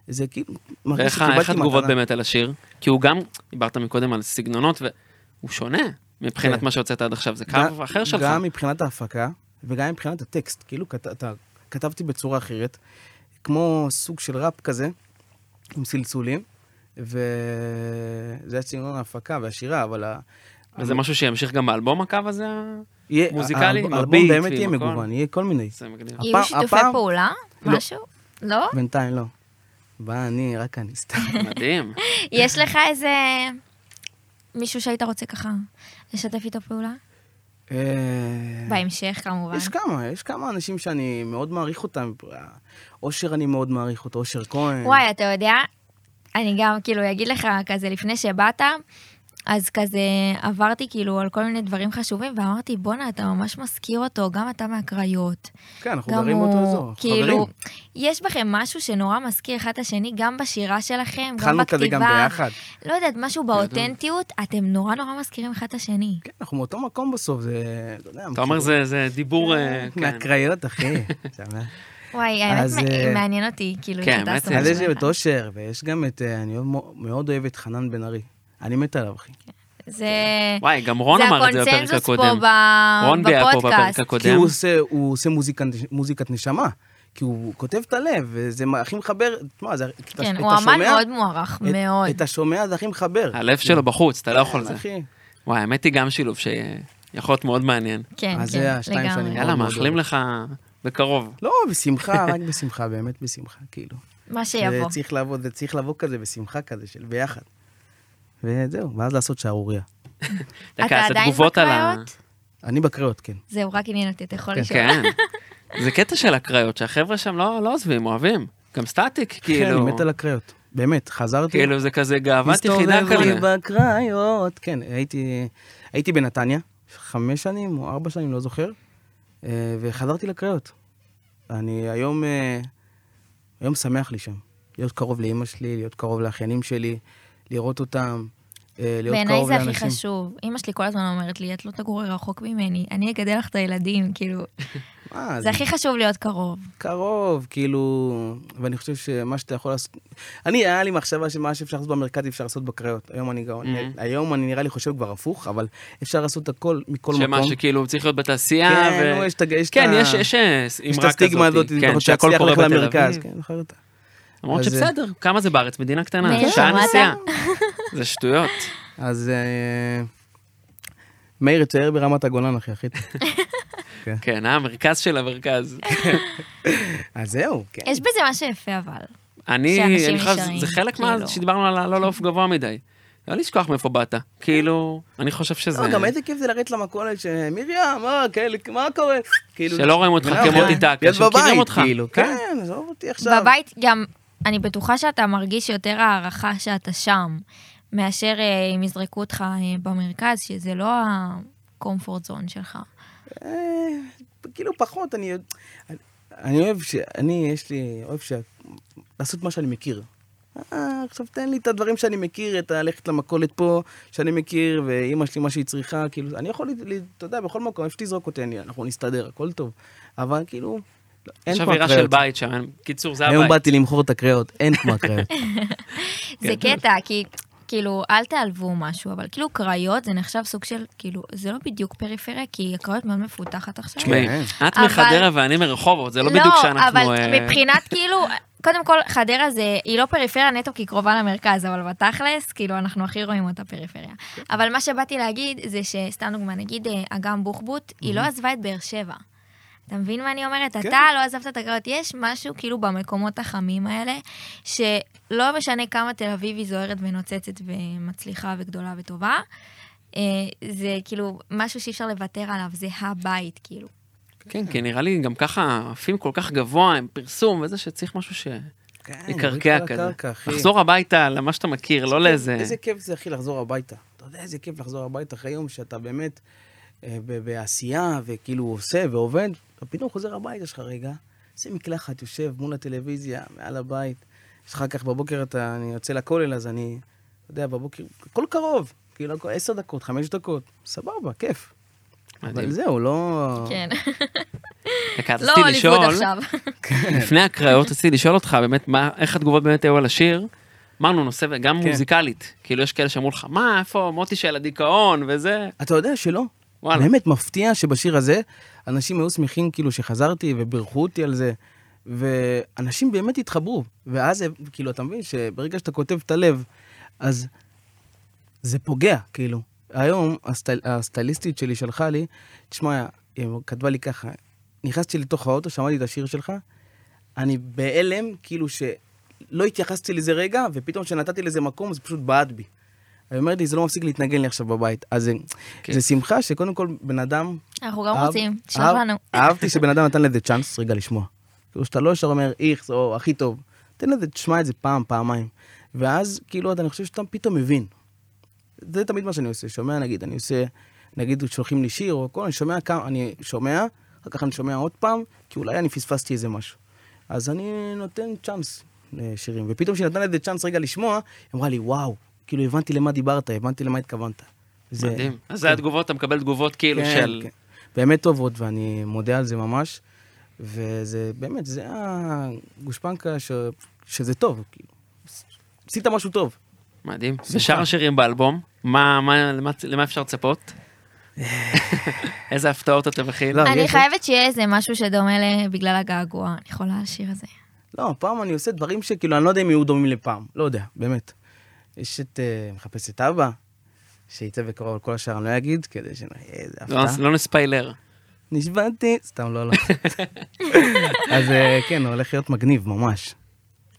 Speaker 3: זה כאילו, מרגיש
Speaker 2: ואיך
Speaker 3: שקיבלתי
Speaker 2: איך התגובות
Speaker 3: מתנה.
Speaker 2: באמת על השיר? כי הוא גם, דיברת מקודם על סגנונות, והוא שונה מבחינת
Speaker 3: כן.
Speaker 2: מה שהוצאת עד עכשיו, זה
Speaker 3: גם-
Speaker 2: קו אחר שלך.
Speaker 3: גם מבחינת ההפקה, וגם מבחינת הטקסט, כאילו כת, אתה, כתבתי בצורה אחרת, כמו סוג של ראפ כזה, עם סלסולים, וזה הסגנון ההפקה והשירה, אבל... ה-
Speaker 2: וזה משהו שימשיך גם באלבום הקו הזה?
Speaker 3: יהיה-
Speaker 2: מוזיקלי? נכון.
Speaker 3: האלב-
Speaker 2: עם
Speaker 3: האלבום
Speaker 2: הביט
Speaker 3: באמת
Speaker 2: ועם
Speaker 3: יהיה
Speaker 2: הכל?
Speaker 3: מגוון, יהיה כל מיני.
Speaker 2: זה מגניב.
Speaker 1: יהיו
Speaker 3: הפעם-
Speaker 1: שיתופי
Speaker 3: הפעם-
Speaker 1: פעולה?
Speaker 3: לא.
Speaker 1: משהו? לא?
Speaker 3: בינתיים לא. בא אני, רק אני, סתם.
Speaker 2: מדהים.
Speaker 1: יש לך איזה... מישהו שהיית רוצה ככה לשתף איתו פעולה?
Speaker 3: אה,
Speaker 1: בהמשך, כמובן.
Speaker 3: יש כמה, יש כמה אנשים שאני מאוד מעריך אותם. אושר אני מאוד מעריך אותו, אושר כהן.
Speaker 1: וואי, אתה יודע, אני גם כאילו אגיד לך כזה לפני שבאת, אז כזה עברתי כאילו על כל מיני דברים חשובים, ואמרתי, בואנה, אתה ממש מזכיר אותו, גם אתה מהקריות.
Speaker 3: כן, אנחנו
Speaker 1: גם
Speaker 3: גרים באותו אזור, אנחנו חברים.
Speaker 1: כאילו, יש בכם משהו שנורא מזכיר אחד את השני, גם בשירה שלכם, גם
Speaker 3: התחלנו
Speaker 1: בכתיבה.
Speaker 3: כזה גם ביחד.
Speaker 1: לא יודעת, משהו באותנטיות, אתם נורא נורא מזכירים אחד את השני.
Speaker 3: כן, אנחנו מאותו מקום בסוף, זה... אתה יודע,
Speaker 2: אתה אומר זה זה דיבור... אה, כן.
Speaker 3: מהקריות, אחי. אתה יודע.
Speaker 1: וואי, האמת
Speaker 3: אז,
Speaker 1: מע-
Speaker 3: אה,
Speaker 1: מעניין אותי, כאילו,
Speaker 2: כן,
Speaker 1: שאתה
Speaker 2: האמת
Speaker 1: סומך
Speaker 3: אז יש
Speaker 1: עליו.
Speaker 3: את אושר, ויש גם את... אה, אני מאוד- מאוד אוהב את חנן בן ארי. אני מת עליו, אחי.
Speaker 1: זה...
Speaker 2: וואי, גם כן. רון אמר את זה בפרק
Speaker 1: הקונצנזוס פה
Speaker 2: הקודם.
Speaker 1: ב-
Speaker 2: רון היה פה בפרק
Speaker 1: בפודקאסט.
Speaker 2: הקודם.
Speaker 3: כי הוא עושה, הוא עושה מוזיקה, מוזיקת נשמה. כי הוא כותב את הלב, וזה מה- הכי מחבר, תשמע, זה... אתה-
Speaker 1: כן,
Speaker 3: אתה
Speaker 1: הוא אמן
Speaker 3: שומע-
Speaker 1: מאוד מוערך,
Speaker 3: את-
Speaker 1: מאוד.
Speaker 3: את השומע זה הכי מחבר.
Speaker 2: הלב שלו בחוץ, אתה לא יכול לזה.
Speaker 3: כן. אחי.
Speaker 2: וואי, האמת היא גם שילוב שיכול להיות מאוד מעניין.
Speaker 1: כן,
Speaker 3: אז זה
Speaker 1: כן,
Speaker 3: השתיים שאני-
Speaker 1: לגמרי.
Speaker 2: יאללה,
Speaker 3: מאוד
Speaker 2: מאחלים
Speaker 3: אוהב.
Speaker 2: לך בקרוב.
Speaker 3: לא, בשמחה, רק בשמחה, באמת בשמחה, כאילו.
Speaker 1: מה
Speaker 3: זה
Speaker 1: שיבוא.
Speaker 3: צריך לבוא, זה צריך לבוא כזה בשמחה כזה, של ביחד. וזהו, ואז לעשות שערורייה.
Speaker 2: דקה,
Speaker 1: אתה
Speaker 2: אז
Speaker 1: עדיין
Speaker 2: התגובות על ה-
Speaker 1: בקריות?
Speaker 3: אני בקריאות, כן.
Speaker 1: זהו, רק עניין אותי, אתה יכול
Speaker 3: כן.
Speaker 1: לשאול.
Speaker 2: כן. זה קטע של הקריות, שהחבר'ה שם לא לא עוזבים, אוהבים. גם סטטיק,
Speaker 3: כן,
Speaker 2: כאילו.
Speaker 3: אני מת על הקריאות. באמת, חזרתי.
Speaker 2: כאילו זה כזה גאוות יחידה
Speaker 3: מסתובב
Speaker 2: כזה.
Speaker 3: לי בקריות. כן, הייתי, הייתי בנתניה, חמש שנים או ארבע שנים, לא זוכר, אה, וחזרתי לקריות. אני היום, אה, היום שמח לי שם. להיות קרוב לאימא שלי, להיות קרוב לאחיינים שלי, לראות אותם, אה, להיות
Speaker 1: בעיניי
Speaker 3: קרוב
Speaker 1: זה
Speaker 3: לאנשים.
Speaker 1: הכי חשוב. אימא שלי כל הזמן אומרת לי, את לא תגורי רחוק ממני, אני אגדל לך את הילדים, כאילו,
Speaker 3: אה,
Speaker 1: זה הכי חשוב להיות קרוב.
Speaker 3: קרוב, כאילו, ואני חושב שמה שאתה יכול לעשות... אני, היה לי מחשבה שמה שאפשר לעשות במרכז אפשר לעשות בקריות. היום אני גם...
Speaker 2: Mhm.
Speaker 3: היום אני נראה לי חושב כבר הפוך, אבל אפשר לעשות הכל מכל מקום.
Speaker 2: שמה שכאילו צריך להיות בתעשייה.
Speaker 3: כן,
Speaker 2: ו-
Speaker 3: נו, יש את ה- יש את
Speaker 2: כן,
Speaker 3: ה-
Speaker 2: יש- יש אה, אמרה
Speaker 3: יש
Speaker 2: כזאת.
Speaker 3: את הסטיגמה הזאת,
Speaker 2: כן,
Speaker 3: נכון,
Speaker 2: שהכל
Speaker 3: שהצליח
Speaker 2: קורה
Speaker 3: לך
Speaker 2: בתל
Speaker 3: למרכז.
Speaker 2: אביב.
Speaker 3: כן, נכון אותה.
Speaker 2: למרות
Speaker 3: אז- אה, כן,
Speaker 2: שבסדר, כמה זה בארץ? מדינה קטנה,
Speaker 1: מאיר,
Speaker 2: שעה
Speaker 1: שמעת?
Speaker 2: נסיעה. זה שטויות.
Speaker 3: אז אה, מאיר יצייר ברמת הגולן, אחי, אחי.
Speaker 2: כן, אה, המרכז של המרכז.
Speaker 3: אז זהו, כן.
Speaker 1: יש בזה משהו יפה, אבל.
Speaker 2: אני,
Speaker 1: שאנשים
Speaker 2: אני חושב,
Speaker 1: נשארים,
Speaker 2: זה חלק
Speaker 1: כאילו.
Speaker 2: מה שדיברנו על הלא לעוף גבוה מדי. לא לשכוח מאיפה באת. כאילו, אני חושב שזה...
Speaker 3: לא, גם איזה כיף זה לרדת למכולת שמרים, מה, כאלה, מה קורה? כאילו,
Speaker 2: שלא רואים אותך
Speaker 3: ולא,
Speaker 2: כמו
Speaker 3: כן.
Speaker 2: טיטק,
Speaker 3: להיות
Speaker 2: שמכירים
Speaker 3: בבית,
Speaker 2: אותך.
Speaker 3: כאילו,
Speaker 2: כן.
Speaker 3: כן, עזוב אותי עכשיו.
Speaker 1: בבית גם, אני בטוחה שאתה מרגיש יותר הערכה שאתה שם, מאשר אה, אם יזרקו אותך אה, במרכז, שזה לא ה-comfort zone שלך.
Speaker 3: אה, כאילו פחות, אני... אני אוהב ש... אני, יש לי... אוהב ש... לעשות מה שאני מכיר. אה, עכשיו תן לי את הדברים שאני מכיר, את הלכת למכולת פה, שאני מכיר, ואימא שלי מה שהיא צריכה, כאילו, אני יכול, ל- ל- אתה יודע, בכל מקום, איפה שתזרוק אותי, אני, אנחנו נסתדר, הכל טוב. אבל כאילו, לא, אין
Speaker 2: יש
Speaker 3: כמו
Speaker 2: אווירה של
Speaker 3: הקריאות.
Speaker 2: בית שם, אין- קיצור, זה
Speaker 3: היום
Speaker 2: הבית.
Speaker 3: באתי למכור את הקריאות, אין כמו הקריאות.
Speaker 1: זה קטע, כי כאילו, אל תעלבו משהו, אבל כאילו קריות זה נחשב סוג של, כאילו, זה לא בדיוק פריפריה, כי הקריות מאוד מפותחת עכשיו.
Speaker 2: תשמעי,
Speaker 3: כן.
Speaker 2: את
Speaker 1: אבל-
Speaker 2: מחדרה ואני מרחובות, זה לא בדיוק שאנחנו...
Speaker 1: לא, אבל
Speaker 2: אה,
Speaker 1: מבחינת כאילו, קודם כל, חדרה זה, היא לא פריפריה נטו כי היא קרובה למרכז, אבל בתכלס, כאילו, אנחנו הכי רואים אותה פריפריה. אבל מה שבאתי להגיד זה שסתם דוגמה, נגיד אה, אגם בוחבוט, היא
Speaker 2: Mhm.
Speaker 1: לא עזבה את באר שבע. אתה מבין מה אני
Speaker 2: כן.
Speaker 1: אומרת? אתה לא עזבת את הקריות. יש משהו כאילו במקומות החמים האלה, שלא משנה כמה תל אביבי זוהרת ונוצצת ומצליחה וגדולה וטובה, אה, זה כאילו משהו שאי אפשר לוותר עליו, זה הבית, כאילו.
Speaker 2: כן, כי נראה לי גם ככה עפים כל כך גבוה עם פרסום וזה שצריך משהו
Speaker 3: כן,
Speaker 2: שיקרקע
Speaker 3: יוריד את
Speaker 2: כזה.
Speaker 3: הקרקע, אחי.
Speaker 2: לחזור הביתה למה שאתה מכיר, לא לאיזה...
Speaker 3: איזה כיף זה, אחי, לחזור הביתה. אתה יודע איזה כיף לחזור הביתה אחרי יום שאתה באמת אה, ב- בעשייה, וכאילו עושה ועובד, אתה פתאום חוזר הביתה שלך רגע, עושה מקלחת, יושב מול הטלוויזיה, מעל הבית. אחר כך בבוקר אתה, אני יוצא לכולל, אז אני, אתה יודע, בבוקר, הכל קרוב, כאילו, הכל- עשר דקות, חמש דקות, סבבה, כיף.
Speaker 2: מדהים.
Speaker 3: אבל זהו, לא...
Speaker 1: כן.
Speaker 2: דקה, אז
Speaker 1: לא
Speaker 2: אה. רציתי
Speaker 1: הוליווד
Speaker 2: לשאול,
Speaker 1: עכשיו.
Speaker 2: לפני הקריות רציתי לשאול אותך באמת, מה- איך התגובות באמת היו על השיר? אמרנו נושא גם
Speaker 3: כן.
Speaker 2: מוזיקלית, כאילו יש כאלה שאמרו לך, מה, איפה מוטי של הדיכאון וזה,
Speaker 3: אתה יודע שלא.
Speaker 2: וואלה.
Speaker 3: באמת מפתיע שבשיר הזה אנשים היו שמחים כאילו שחזרתי ובירכו אותי על זה. ואנשים באמת התחברו. ואז, כאילו, אתה מבין שברגע שאתה כותב את הלב, אז זה פוגע, כאילו. היום הסטל, הסטליסטית שלי שלחה לי, תשמע, היא כתבה לי ככה, נכנסתי לתוך האוטו, שמעתי את השיר שלך, אני בהלם, כאילו שלא התייחסתי לזה רגע, ופתאום כשנתתי לזה מקום, זה פשוט בעט בי. היא אומרת לי, זה לא מפסיק להתנגן לי עכשיו בבית. אז זה,
Speaker 2: כן.
Speaker 3: זה שמחה שקודם כל בן אדם...
Speaker 1: אנחנו גם
Speaker 3: אהב-
Speaker 1: רוצים, תשלח
Speaker 3: אהב- אה,
Speaker 1: לנו.
Speaker 3: אהבתי שבן אדם נתן לזה צ'אנס רגע לשמוע. כאילו שאתה לא ישר אומר איכס או הכי טוב, תן לזה, תשמע את זה פעם, פעמיים. ואז כאילו אתה, אני חושב שאתה פתאום מבין. זה תמיד מה שאני עושה, שומע נגיד, אני עושה, נגיד שולחים לי שיר או הכל, אני שומע כמה, אני שומע, אחר כך אני שומע עוד פעם, כי אולי אני פספסתי איזה משהו. אז אני נותן צ'אנס לשירים, ופתאום כשהיא נתנה לזה צ'אנס רגע לשמוע, היא אמרה לי, וואו, כאילו הבנתי למה דיברת, הבנתי למה התכוונת. זה- כן.
Speaker 2: מדהים. אז זה התגובות, אתה מקבל תגובות כאילו של...
Speaker 3: באמת טובות, ואני מודה על זה ממש. וזה באמת, זה הגושפנקה ש... שזה טוב, כאילו. עשית משהו טוב.
Speaker 2: מדהים. ושאר השירים באלבום, מה- מה- למה- למה אפשר לצפות? איזה הפתעות אתה מכין?
Speaker 3: לא,
Speaker 1: אני
Speaker 3: יש-
Speaker 1: חייבת שיהיה איזה משהו שדומה ל- בגלל הגעגוע. אני חולה על השיר הזה.
Speaker 3: לא, פעם אני עושה דברים שכאילו, אני לא יודע אם יהיו דומים לפעם. לא יודע, באמת. יש את אה, מחפש את אבא, שייצא בקרוב על כל השאר, אני לא אגיד, כדי שנראה איזה
Speaker 2: לא-
Speaker 3: הפתעה.
Speaker 2: לא נספיילר.
Speaker 3: נשבעתי, סתם לא, לא. אז אה, כן, הוא הולך להיות מגניב ממש.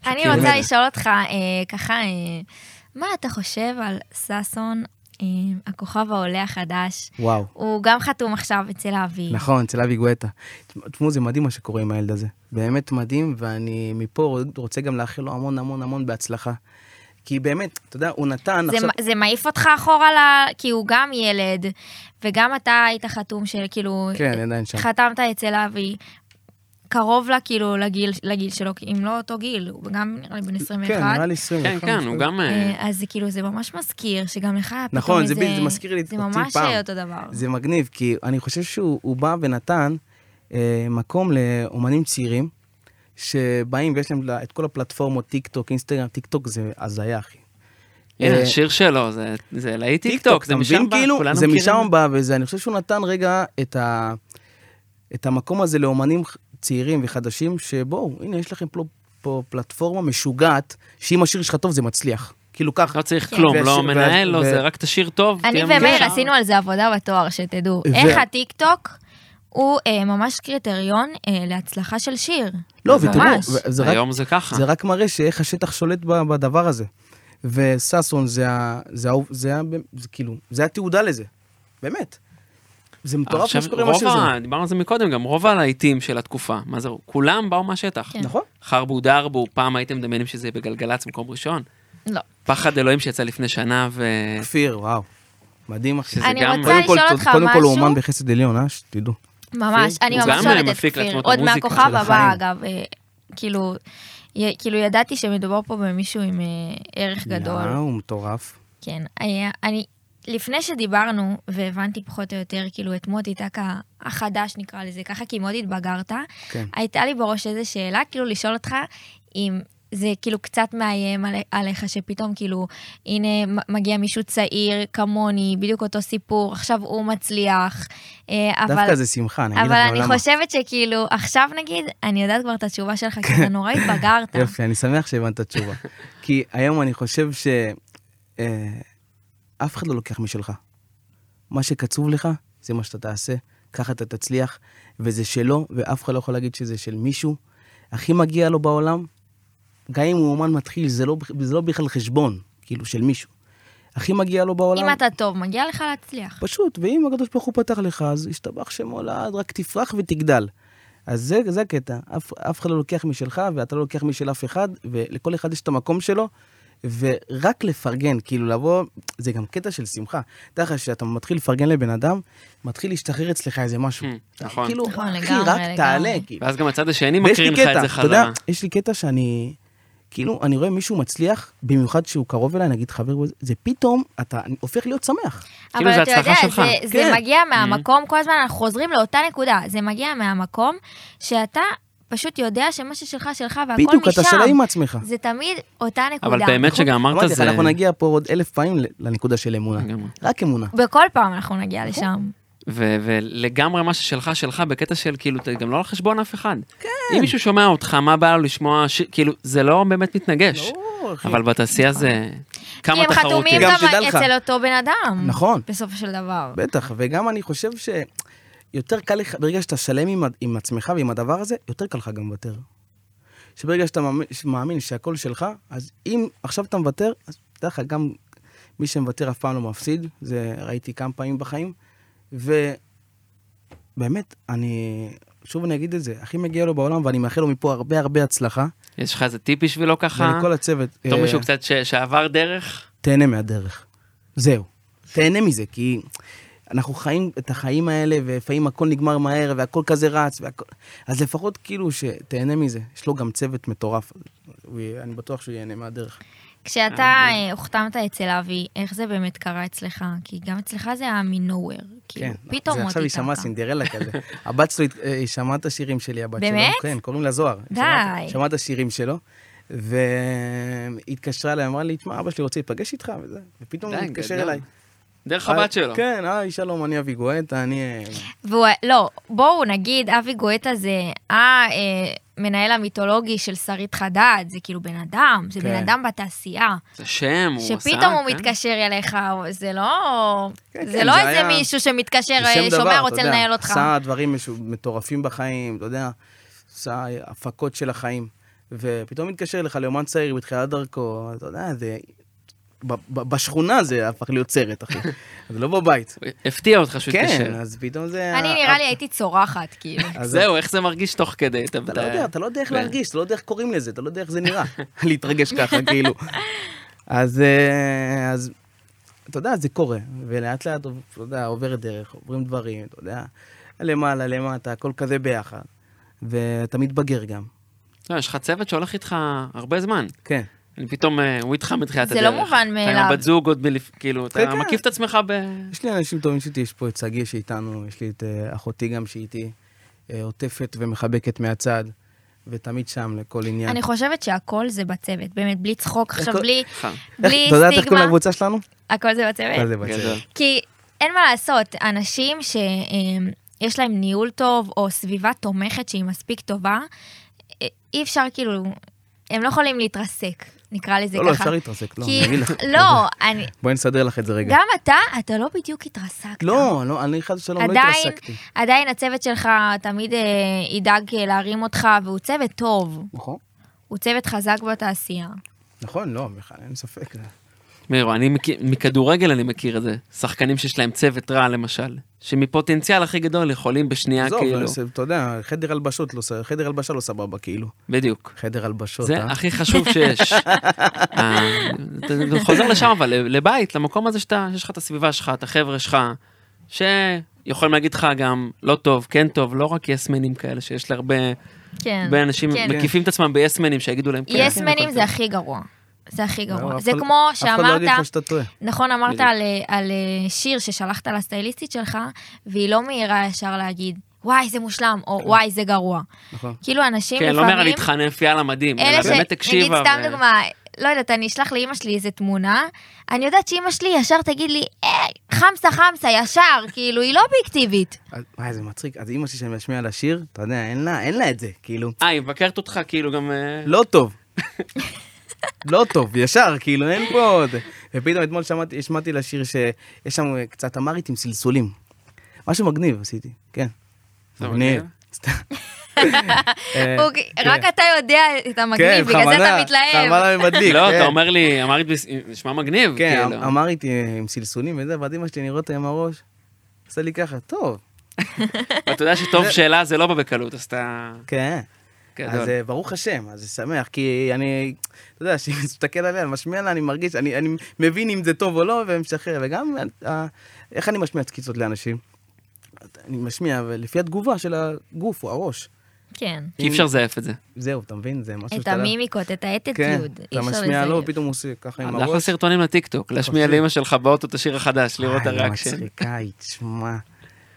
Speaker 1: אני
Speaker 3: שכאילו-
Speaker 1: רוצה לשאול אותך, אה, ככה, אה, מה אתה חושב על ששון, אה, הכוכב העולה החדש?
Speaker 3: וואו.
Speaker 1: הוא גם חתום עכשיו אצל אבי.
Speaker 3: נכון, אצל אבי גואטה. תשמעו, זה מדהים מה שקורה עם הילד הזה. באמת מדהים, ואני מפה רוצה גם לאחל לו המון המון המון בהצלחה. כי באמת, אתה יודע, הוא נתן
Speaker 1: זה,
Speaker 3: עכשיו...
Speaker 1: מ- זה מעיף אותך אחורה, ל... כי הוא גם ילד, וגם אתה היית חתום של, כאילו,
Speaker 3: כן, עדיין שם.
Speaker 1: חתמת אצל אבי, קרוב לה, כאילו, לגיל, לגיל שלו, כי אם לא אותו גיל, הוא גם נראה לי בן 21.
Speaker 3: כן, נראה לי 20.
Speaker 2: כן,
Speaker 3: נכון,
Speaker 2: כן, הוא גם... אה,
Speaker 1: אה, אז זה כאילו, זה ממש מזכיר, שגם לך היה פתאום
Speaker 3: נכון,
Speaker 1: איזה...
Speaker 3: זה בדיוק, זה מזכיר לי את
Speaker 1: זה
Speaker 3: אותי
Speaker 1: ממש
Speaker 3: פעם.
Speaker 1: אותו דבר.
Speaker 3: זה מגניב, כי אני חושב שהוא הוא בא ונתן אה, מקום לאומנים צעירים, שבאים ויש להם לה- את כל הפלטפורמות, טיק טוק, אינסטגרם, טיק טוק זה הזיה, אחי.
Speaker 2: הנה,
Speaker 3: אה,
Speaker 2: השיר שלו, זה- זה להיט טיק טוק, זה
Speaker 3: אתה
Speaker 2: משם
Speaker 3: מבין?
Speaker 2: בא,
Speaker 3: כאילו,
Speaker 2: כולנו
Speaker 3: זה
Speaker 2: מכירים.
Speaker 3: משם בא וזה, אני חושב שהוא נתן רגע את, ה, את המקום הזה לאומנים ח- צעירים וחדשים, שבואו, הנה, יש לכם פה, פה פלטפורמה משוגעת, שאם השיר שלך טוב זה מצליח. כאילו ככה.
Speaker 2: לא צריך כלום,
Speaker 3: והשיר-
Speaker 2: לא
Speaker 3: וה-
Speaker 2: מנהל, לא
Speaker 3: ו-
Speaker 2: זה, רק תשאיר טוב.
Speaker 1: אני
Speaker 2: תהיה
Speaker 1: ומאיר
Speaker 2: מאושר.
Speaker 1: עשינו על זה עבודה בתואר, שתדעו.
Speaker 3: ו-
Speaker 1: איך הטיקטוק הוא אה, ממש קריטריון אה, להצלחה של שיר.
Speaker 3: לא,
Speaker 1: ממש.
Speaker 3: ותראו, ו- זה רק,
Speaker 2: היום זה ככה.
Speaker 3: זה רק מראה שאיך השטח שולט ב- בדבר הזה. וששון זה ה... זה ה... זה ה... זה כאילו, זה התעודה לזה. באמת. זה מטורף מה
Speaker 2: עכשיו,
Speaker 3: שקורה עם
Speaker 2: רוב
Speaker 3: השיר
Speaker 2: ה...
Speaker 3: הזה.
Speaker 2: דיברנו על זה מקודם, גם רוב הלהיטים של התקופה, מה זה, כולם באו מהשטח.
Speaker 1: כן.
Speaker 3: נכון?
Speaker 2: חרבו דרבו, פעם הייתם מדמיינים שזה יהיה בגלגלצ מקום ראשון.
Speaker 1: לא.
Speaker 2: פחד אלוהים שיצא לפני שנה, ו...
Speaker 3: כפיר, וואו. מדהים, אחי.
Speaker 2: שזה
Speaker 1: אני
Speaker 2: גם-
Speaker 1: רוצה
Speaker 3: קודם כל,
Speaker 1: לשאול אותך
Speaker 3: קודם כל הוא
Speaker 1: משהו.
Speaker 3: אומן כן. בחסד עליון, אה? שתדעו.
Speaker 1: ממש, אני
Speaker 2: הוא
Speaker 1: ממש
Speaker 2: גם
Speaker 1: אוהבת את
Speaker 2: מפיק
Speaker 1: כפיר,
Speaker 2: לעצמו את
Speaker 1: עוד
Speaker 2: המוזיקה
Speaker 1: מהכוכב
Speaker 2: של
Speaker 1: הבא
Speaker 3: החיים.
Speaker 1: אגב, אה, כאילו, י- כאילו ידעתי שמדובר פה במישהו עם אה, ערך גדול,
Speaker 3: יאו, הוא מטורף.
Speaker 1: כן, היה- אני, לפני שדיברנו והבנתי פחות או יותר כאילו את מוטי טקה החדש נקרא לזה ככה, כי מאוד התבגרת,
Speaker 3: כן.
Speaker 1: הייתה לי בראש איזו שאלה, כאילו לשאול אותך אם... זה כאילו קצת מאיים עלי- עליך, שפתאום כאילו, הנה מ- מגיע מישהו צעיר כמוני, בדיוק אותו סיפור, עכשיו הוא מצליח, אה, אבל...
Speaker 3: דווקא זה שמחה, אני אגיד
Speaker 1: אבל
Speaker 3: לכם
Speaker 1: אני
Speaker 3: למה.
Speaker 1: חושבת שכאילו, עכשיו נגיד, אני יודעת כבר את התשובה שלך, כי אתה נורא התבגרת.
Speaker 3: יופי, אני שמח שהבנת את התשובה. כי היום אני חושב ש... אה, אף אחד לא לוקח משלך. מה שקצוב לך, זה מה שאתה תעשה, ככה אתה תצליח, וזה שלו, ואף אחד לא יכול להגיד שזה של מישהו. הכי מגיע לו בעולם, גם אם הוא אומן מתחיל, זה לא, זה לא בכלל חשבון, כאילו, של מישהו. הכי מגיע לו בעולם...
Speaker 1: אם אתה טוב, מגיע לך להצליח.
Speaker 3: פשוט, ואם הקדוש ברוך הוא פתח לך, אז ישתבח שמו לעד, רק תפרח ותגדל. אז זה, זה הקטע, אף, אף אחד לא לוקח משלך, ואתה לא לוקח משל אף אחד, ולכל אחד יש את המקום שלו, ורק לפרגן, כאילו לבוא, זה גם קטע של שמחה. תדע לך, כשאתה מתחיל לפרגן לבן אדם, מתחיל להשתחרר אצלך איזה משהו.
Speaker 2: Hmm,
Speaker 3: אתה
Speaker 2: נכון.
Speaker 3: כאילו,
Speaker 1: נכון,
Speaker 3: אחי,
Speaker 1: לגמרי,
Speaker 3: רק
Speaker 1: לגמרי.
Speaker 3: תעלה, כאילו.
Speaker 2: ואז גם הצד השני
Speaker 3: ויש לי
Speaker 2: מקרין לך
Speaker 3: קטע,
Speaker 2: את זה
Speaker 3: אתה יודע,
Speaker 2: חזרה.
Speaker 3: יש לי קטע שאני, כאילו, אני רואה מישהו מצליח, במיוחד שהוא קרוב אליי, נגיד חבר, וזה- זה פתאום, אתה הופך להיות שמח.
Speaker 2: כאילו,
Speaker 1: אבל
Speaker 2: זה
Speaker 1: אתה יודע,
Speaker 2: הצלחה שלך. Mm-hmm.
Speaker 1: זה- זה
Speaker 3: כן.
Speaker 1: מגיע מהמקום, כל הזמן אנחנו חוזרים לאותה נקודה. זה מגיע מהמקום שאתה פשוט יודע שמה ששלך שלך והכל משם.
Speaker 3: בדיוק, אתה שלם עם עצמך.
Speaker 1: זה תמיד אותה נקודה.
Speaker 2: אבל באמת שגם אמרת
Speaker 3: נכון. אמרתי לך,
Speaker 2: זה... כן.
Speaker 3: אנחנו נגיע פה עוד אלף פעמים לנקודה של אמונה.
Speaker 2: לגמרי.
Speaker 3: רק אמונה.
Speaker 2: נכון.
Speaker 1: בכל פעם אנחנו נגיע לשם.
Speaker 2: ו- ולגמרי מה ששלך, שלך, בקטע של כאילו, אתה גם לא על חשבון אף אחד. כן. אם מישהו שומע אותך, מה בא לו לשמוע, ש- כאילו, זה לא באמת מתנגש.
Speaker 3: ברור, אחי.
Speaker 2: אבל בתעשייה זה כמה
Speaker 1: כי הם חתומים
Speaker 2: תחרותים.
Speaker 3: גם
Speaker 1: גם
Speaker 3: שתדע לך.
Speaker 1: אצל אותו בן אדם.
Speaker 3: נכון.
Speaker 1: בסופו של דבר.
Speaker 3: בטח, וגם אני חושב שיותר קל לך, ברגע שאתה שלם עם, ה- עם עצמך ועם הדבר הזה, יותר קל לך גם לוותר. שברגע שאתה מאמין, מאמין שהכל שלך, אז אם עכשיו אתה מוותר, אז תדע לך, גם מי שמוותר אף פעם לא מפסיד, זה ראיתי כמה פעמים בחיים, ובאמת, אני, שוב אני אגיד את זה, הכי מגיע לו בעולם, ואני מאחל לו מפה הרבה הרבה הצלחה,
Speaker 2: יש לך איזה טיפ בשבילו ככה?
Speaker 3: ולכל הצוות.
Speaker 2: בתור
Speaker 3: אה,
Speaker 2: מישהו קצת ש- שעבר דרך?
Speaker 3: תהנה מהדרך. זהו. תהנה מזה, כי אנחנו חיים את החיים האלה, ולפעמים הכל נגמר מהר, והכל כזה רץ, והכל... אז לפחות כאילו שתהנה מזה. יש לו גם צוות מטורף, הוא יהיה- אני בטוח שהוא ייהנה מהדרך.
Speaker 1: כשאתה אה, הוחתמת אצל אבי, איך זה באמת קרה אצלך? כי גם אצלך זה היה מנוהוור. כאילו, פתאום
Speaker 3: כן. זה
Speaker 1: מוטי
Speaker 3: עכשיו יישמע
Speaker 1: ככה.
Speaker 3: סינדרלה כזה. הבת שלו, הת- אה, היא שמעה את השירים שלי, הבת שלו.
Speaker 1: באמת?
Speaker 3: כן, קוראים לה זוהר.
Speaker 1: די.
Speaker 3: שמעה- שמעה את השירים שלו, והיא התקשרה אליי, אמרה לי, תשמע, אבא שלי רוצה להיפגש איתך, וזה. ופתאום
Speaker 2: די,
Speaker 3: הוא מתקשר
Speaker 2: גדול.
Speaker 3: אליי.
Speaker 2: דרך הבת
Speaker 3: היי,
Speaker 2: שלו.
Speaker 3: כן, היי, שלום, אני אבי גואטה, אני... אה,
Speaker 1: והוא, לא, בואו נגיד, אבי גואטה זה המנהל המיתולוגי של שרית חדד, זה כאילו בן אדם, זה בן
Speaker 3: כן.
Speaker 1: אדם בתעשייה.
Speaker 2: זה שם, הוא עשה...
Speaker 1: שפתאום הוא
Speaker 2: כן?
Speaker 1: מתקשר אליך, זה לא...
Speaker 3: כן,
Speaker 1: זה
Speaker 3: כן,
Speaker 1: לא
Speaker 3: זה
Speaker 1: איזה
Speaker 3: היה-
Speaker 1: מישהו שמתקשר,
Speaker 3: זה שם
Speaker 1: אה, שומע,
Speaker 3: דבר,
Speaker 1: רוצה
Speaker 3: אתה יודע,
Speaker 1: לנהל אותך.
Speaker 3: עשה דברים משו- מטורפים בחיים, אתה יודע, עשה הפקות של החיים. ופתאום מתקשר אליך לאומן צעיר בתחילת דרכו, אתה יודע, זה... ב- ב- בשכונה זה הפך להיות סרט, אחי. זה לא בבית.
Speaker 2: הוא הפתיע אותך שהוא
Speaker 3: כן,
Speaker 2: התקשר.
Speaker 3: אז פתאום זה...
Speaker 1: אני נראה לי הייתי צורחת, כאילו.
Speaker 3: אז
Speaker 2: זהו, איך זה מרגיש תוך כדי?
Speaker 3: אתה לא יודע, אתה לא יודע איך
Speaker 2: כן.
Speaker 3: להרגיש, אתה לא יודע איך קוראים לזה, אתה לא יודע איך זה נראה, להתרגש ככה, כאילו. אז, אה, אז, אתה יודע, זה קורה, ולאט לאט, אתה יודע, עוברת דרך, עוברים דברים, אתה יודע, למעלה, למטה, הכל כזה ביחד, ואתה מתבגר גם,
Speaker 2: לא, יש לך צוות שהולך איתך הרבה זמן.
Speaker 3: כן.
Speaker 2: אני פתאום, אה, הוא איתך מתחילת
Speaker 1: זה
Speaker 2: הדרך.
Speaker 1: לא מובן
Speaker 2: אתה
Speaker 1: מאליו.
Speaker 2: עם הבת זוג עוד מלפ... כאילו, אתה
Speaker 3: כן, כן.
Speaker 2: מקיף את עצמך ב...
Speaker 3: יש לי אנשים טובים שאיתי, יש פה את שגיא שאיתנו, יש לי את אה, אחותי גם שאיתי, אה, עוטפת ומחבקת מהצד, ותמיד שם לכל עניין.
Speaker 1: אני חושבת שהכל זה בצוות, באמת, בלי צחוק עכשיו,
Speaker 3: כן. הכל-
Speaker 1: בלי
Speaker 2: איתך.
Speaker 1: בלי
Speaker 3: איך- אתה יודעת איך קוראים
Speaker 1: סטיגמה.
Speaker 3: לקבוצה שלנו?
Speaker 1: הכל זה בצוות.
Speaker 3: כל זה בצד.
Speaker 2: גדול.
Speaker 1: כי אין מה לעשות, אנשים שיש להם ניהול טוב, או סביבה תומכת שהיא מספיק טובה, אה, אי אפשר כאילו, הם לא יכולים להתרסק, נקרא לזה
Speaker 3: לא,
Speaker 1: ככה.
Speaker 3: לא, אפשר להתרסק, לא, אני
Speaker 1: כי-
Speaker 3: אגיד לך.
Speaker 1: לא, אני-
Speaker 3: בואי נסדר לך את זה רגע.
Speaker 1: גם אתה, אתה לא בדיוק התרסקת.
Speaker 3: לא, לא, אני חס ושלום לא
Speaker 1: כן. עדיין,
Speaker 3: התרסקתי.
Speaker 1: עדיין הצוות שלך תמיד אה, ידאג אה, להרים אותך, והוא צוות טוב,
Speaker 3: נכון.
Speaker 1: הוא צוות חזק בתעשייה.
Speaker 3: נכון, לא, בכלל, אין ספק.
Speaker 2: אה, מירו, אני מכיר, מכדורגל אני מכיר את זה. שחקנים שיש להם צוות רע, למשל. שמפוטנציאל הכי גדול יכולים בשנייה,
Speaker 3: עזוב,
Speaker 2: כאילו.
Speaker 3: זה- אתה יודע, חדר הלבשות לא ס- חדר הלבשה לא סבבה, כאילו.
Speaker 2: בדיוק.
Speaker 3: חדר הלבשות,
Speaker 2: זה
Speaker 3: אה?
Speaker 2: הכי חשוב שיש. אה, אתה חוזר לשם, אבל לבית, למקום הזה שאתה, שיש לך את הסביבה שלך, את החבר'ה שלך, שיכולים להגיד לך גם לא טוב, כן טוב, לא רק יסמנים כאלה, שיש להרבה
Speaker 1: כן.
Speaker 2: הרבה אנשים
Speaker 1: כן.
Speaker 2: מקיפים את עצמם ביסמנים, שיגידו להם, "כן, כן,
Speaker 1: יסמנים
Speaker 2: הכל
Speaker 1: זה
Speaker 2: טוב."
Speaker 1: הכי גרוע. זה הכי
Speaker 3: לא,
Speaker 1: גרוע.
Speaker 3: אף
Speaker 1: זה
Speaker 3: אחד-
Speaker 1: כמו
Speaker 3: אף אחד לא יגיד לך
Speaker 1: שאמרת,
Speaker 3: שאתה טועה.
Speaker 1: נכון, אמרת
Speaker 2: בדיוק.
Speaker 1: על, אה, על אה, שיר ששלחת לסטייליסטית שלך, והיא לא מהירה ישר להגיד, וואי, זה מושלם, או וואי, זה גרוע.
Speaker 3: כן. נכון.
Speaker 1: כאילו, אנשים
Speaker 2: כן,
Speaker 1: לפעמים...
Speaker 2: לא אומר על להתחנף, יאללה, מדהים, אלא
Speaker 1: אלה ש...
Speaker 2: באמת
Speaker 1: נגיד,
Speaker 2: הקשיבה.
Speaker 1: סתם
Speaker 2: ו-
Speaker 1: דוגמה, לא יודעת, אני אשלח לאימא שלי איזה תמונה, אני יודעת שאימא שלי ישר תגיד לי, "אה, חמסה חמסה, ישר, כאילו, היא לא אובייקטיבית.
Speaker 3: אז- וואי, זה מצחיק. אז אימא שלי שאני משמיע לה שיר, אתה יודע, אין לה- אין לה את זה, כאילו.
Speaker 2: אה, היא מבקרת אותך, כאילו גם... אה,
Speaker 3: לא טוב. לא טוב, ישר, כאילו, אין פה עוד. ופתאום אתמול שמעתי, השמעתי לה שיר שיש שם אה, קצת אמרית עם סלסולים. משהו מגניב עשיתי, כן.
Speaker 2: זה מגניב?
Speaker 3: סתם. כן,
Speaker 1: אוקיי, רק אתה יודע את המגניב, בגלל זה אתה
Speaker 3: בכוונה,
Speaker 1: מתלהב.
Speaker 3: בכוונה מדליק.
Speaker 2: לא,
Speaker 3: כן.
Speaker 2: אתה אומר לי, אמרית, בס- נשמע מגניב,
Speaker 3: כן,
Speaker 2: כאילו.
Speaker 3: אמר איתי אה, עם סלסולים וזה, ואז אמא שלי נראה אותה עם הראש, עשה לי ככה, טוב.
Speaker 2: ואתה יודע שטוב שאלה זה לא בא בקלות, אז אתה...
Speaker 3: כן.
Speaker 2: גדול.
Speaker 3: אז אה, ברוך השם, אז זה שמח, כי אני, אתה יודע, כשאני מסתכל עליה, אני משמיע לה, אני מרגיש, אני אני מבין אם זה טוב או לא, ומשחרר, וגם אה, איך אני משמיע תקיצות לאנשים. אני משמיע, ולפי התגובה של הגוף או הראש.
Speaker 1: כן.
Speaker 2: כי אי אפשר לזייף את זה.
Speaker 3: זהו, אתה מבין? זה משהו
Speaker 1: את
Speaker 3: שאתה... לא-
Speaker 1: המימיקות, את
Speaker 3: כן,
Speaker 1: האטיטיוד. אי
Speaker 3: אתה
Speaker 1: אפשר
Speaker 3: משמיע לו,
Speaker 1: לזייף.
Speaker 3: פתאום הוא עושה ככה עם
Speaker 2: אנחנו
Speaker 3: הראש.
Speaker 2: סרטונים לטיקטוק, להשמיע לאמא שלך באוטו את השיר החדש, לראות את
Speaker 3: אה, היא
Speaker 2: הריאקשן.
Speaker 3: מצחיקה, היא תשמע.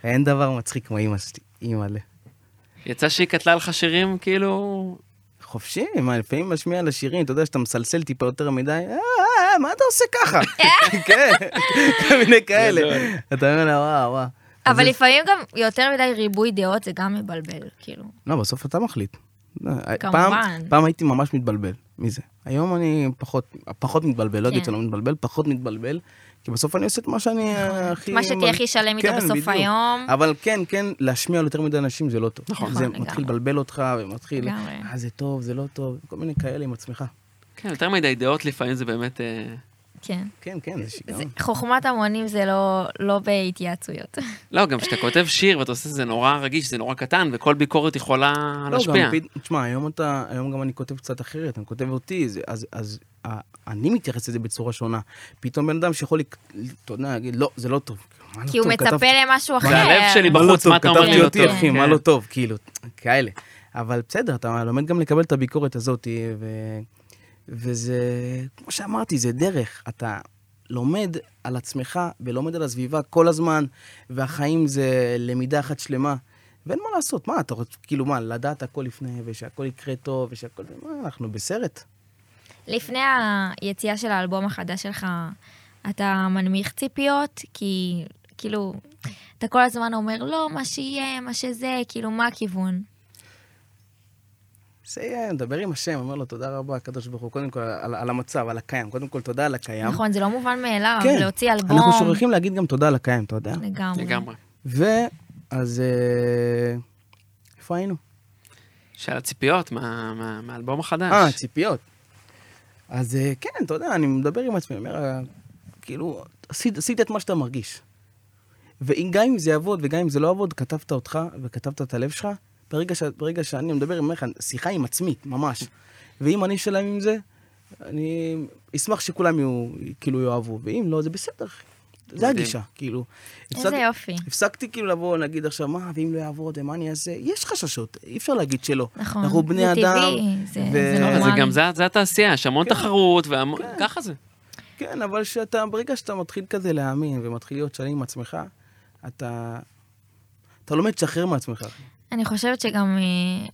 Speaker 3: אין דבר מצחיק כמו אימא שלי, אימא'לה.
Speaker 2: יצא שהיא קטלה לך שירים, כאילו...
Speaker 3: חופשי, מה, לפעמים משמיע על השירים, אתה יודע שאתה מסלסל טיפה יותר מדי, "אה, אה, אה, מה אתה עושה ככה? כן, כל מיני כאלה.
Speaker 2: גדול.
Speaker 3: אתה אומר לה, וואו, וואו.
Speaker 1: אבל לפעמים גם יותר מדי ריבוי דעות זה גם מבלבל, כאילו.
Speaker 3: לא, בסוף אתה מחליט.
Speaker 1: כמובן.
Speaker 3: פעם, פעם הייתי ממש מתבלבל מזה. היום אני פחות, פחות מתבלבל, לא
Speaker 1: כן.
Speaker 3: אגיד שאני לא מתבלבל, פחות מתבלבל, כי בסוף אני עושה את מה שאני אה, הכי...
Speaker 1: נכון. מה שתהיה הכי שלם איתו
Speaker 3: כן,
Speaker 1: בסוף
Speaker 3: בדיוק.
Speaker 1: היום.
Speaker 3: אבל כן, כן, להשמיע על יותר מדי אנשים זה לא טוב.
Speaker 1: נכון.
Speaker 3: זה
Speaker 1: נכון,
Speaker 3: מתחיל
Speaker 1: לגמרי.
Speaker 3: לבלבל אותך, ומתחיל,
Speaker 1: לגמרי.
Speaker 3: אה, זה טוב, זה לא טוב, כל מיני כאלה עם עצמך.
Speaker 2: כן, יותר מדי דעות לפעמים זה באמת... אה,
Speaker 1: כן.
Speaker 3: כן, כן, זה שיגעון.
Speaker 1: זה- חוכמת המונים זה לא- לא בהתייעצויות.
Speaker 2: לא, גם כשאתה כותב שיר ואתה עושה את זה נורא רגיש, זה נורא קטן, וכל ביקורת יכולה
Speaker 3: לא,
Speaker 2: להשפיע.
Speaker 3: גם פת- תשמע, היום אתה, היום גם אני כותב קצת אחרת, אני כותב אותי, זה- אז- אז ה- אני מתייחס לזה בצורה שונה. פתאום בן אדם שיכול, לק- אתה יודע, להגיד, לא, זה לא טוב. מה לא
Speaker 1: כי הוא
Speaker 3: טוב?
Speaker 1: מצפה
Speaker 3: כתבתי-
Speaker 1: למשהו אחר.
Speaker 2: זה הלב שלי
Speaker 3: מה לא
Speaker 2: בחוץ,
Speaker 3: טוב,
Speaker 2: מה אתה אומר לי
Speaker 3: כתבתי
Speaker 2: לא
Speaker 3: אותי,
Speaker 2: טוב?
Speaker 3: אחי, מה
Speaker 2: כן.
Speaker 3: לא טוב, כאילו, כאלה. אבל בסדר, אתה לומד גם לקבל את הביקורת הזאת, ו- וזה, כמו שאמרתי, זה דרך. אתה לומד על עצמך ולומד על הסביבה כל הזמן, והחיים זה למידה אחת שלמה. ואין מה לעשות, מה, אתה רוצה, כאילו, מה, לדעת הכל לפני, ושהכל יקרה טוב, ושהכל... מה, אנחנו בסרט.
Speaker 1: לפני היציאה של האלבום החדש שלך, אתה מנמיך ציפיות? כי כאילו, אתה כל הזמן אומר, לא, מה שיהיה, מה שזה, כאילו, מה הכיוון?
Speaker 3: זה, מדבר עם השם, אומר לו, תודה רבה, הקדוש ברוך הוא, קודם כל, על, על המצב, על הקיים. קודם כל, תודה על הקיים.
Speaker 1: נכון, זה לא מובן מאליו,
Speaker 3: כן.
Speaker 1: להוציא אלבום.
Speaker 3: אנחנו שוכחים להגיד גם תודה על הקיים, אתה יודע.
Speaker 1: לגמרי.
Speaker 2: לגמרי.
Speaker 3: ואז אה, איפה היינו?
Speaker 2: שאלה ציפיות מה- מה- מהאלבום החדש.
Speaker 3: אה, ציפיות. אז אה, כן, אתה יודע, אני מדבר עם עצמי, אומר, אה, כאילו, עשית, עשית את מה שאתה מרגיש. וגם אם זה יעבוד וגם אם זה לא יעבוד, כתבת אותך וכתבת את הלב שלך. ברגע, ש, ברגע שאני מדבר עם לך, שיחה עם עצמי, ממש. ואם אני שלם עם זה, אני אשמח שכולם יהיו, כאילו יאהבו, ואם לא, זה בסדר. זה
Speaker 2: מדהים.
Speaker 3: הגישה, כאילו.
Speaker 1: איזה
Speaker 3: הפסק-
Speaker 1: יופי.
Speaker 3: הפסקתי כאילו לבוא, להגיד עכשיו, מה, ואם לא יעבוד, ומה אני אעשה? יש חששות, אי אפשר להגיד שלא.
Speaker 1: נכון,
Speaker 3: אנחנו
Speaker 1: זה
Speaker 3: בני
Speaker 1: טבעי,
Speaker 3: אדם.
Speaker 1: זה- זה
Speaker 2: לא, אבל זה
Speaker 1: נורמלי.
Speaker 2: גם, זה- זה התעשייה, יש המון תחרות, והמון- ככה זה.
Speaker 3: כן, אבל שאתה, ברגע שאתה מתחיל כזה להאמין ומתחיל להיות שלם עם עצמך, אתה... אתה לומד לשחרר מעצמך. אחי.
Speaker 1: אני חושבת שגם, אה,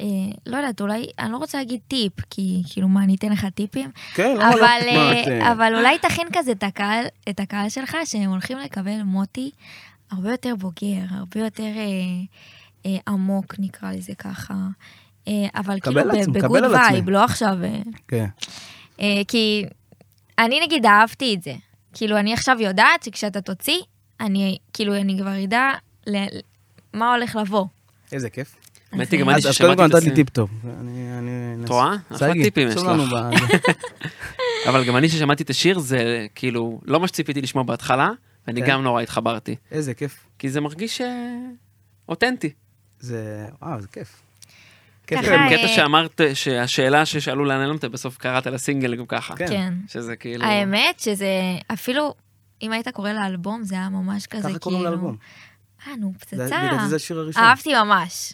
Speaker 1: אה, לא יודעת, אולי, אני לא רוצה להגיד טיפ, כי כאילו, מה, אני אתן לך טיפים?
Speaker 3: כן, למה לא?
Speaker 1: אבל,
Speaker 3: מה,
Speaker 1: אה,
Speaker 3: את, אה,
Speaker 1: אבל אולי תכין כזה את הקהל, את הקהל שלך, שהם הולכים לקבל מוטי הרבה יותר בוגר, הרבה יותר אה, אה, עמוק, נקרא לזה ככה. אה, אבל
Speaker 3: קבל
Speaker 1: כאילו, ב-
Speaker 3: עצמי,
Speaker 1: בגוד
Speaker 3: קבל על עצמי.
Speaker 1: וייב, לא עכשיו... אה,
Speaker 3: כן.
Speaker 1: אה, כי אני נגיד אהבתי את זה. כאילו, אני עכשיו יודעת שכשאתה תוציא, אני, כאילו, אני כבר אדע ל- מה הולך לבוא.
Speaker 3: איזה כיף.
Speaker 2: האמת היא, גם אני
Speaker 3: אז אז קודם
Speaker 2: ששמעתי
Speaker 3: כל
Speaker 2: את
Speaker 3: נתת לי
Speaker 2: הסיום.
Speaker 3: טיפ טוב. אני... אני-
Speaker 2: את רואה?
Speaker 3: צגי,
Speaker 2: אחלה טיפים יש
Speaker 3: תרשום לנו
Speaker 2: לך.
Speaker 3: ב-
Speaker 2: אבל גם אני ששמעתי את השיר, זה כאילו לא מה שציפיתי לשמוע בהתחלה, ואני
Speaker 3: כן.
Speaker 2: גם נורא התחברתי.
Speaker 3: איזה כיף.
Speaker 2: כי זה מרגיש אה, אותנטי.
Speaker 3: זה... וואו, זה כיף.
Speaker 1: ככה,
Speaker 3: גדול.
Speaker 1: אה,
Speaker 2: קטע שאמרת שהשאלה ששאלו לאן נעלמת, בסוף קראת לסינגל גם ככה.
Speaker 3: כן.
Speaker 1: כן.
Speaker 2: שזה כאילו...
Speaker 1: האמת שזה אפילו, אם היית קורא לאלבום, זה היה ממש כזה כאילו...
Speaker 3: ככה קוראים לאלבום.
Speaker 1: אה, נו, פצצה.
Speaker 3: זה- לדעתי זה השיר הראשון.
Speaker 1: אהבתי ממש.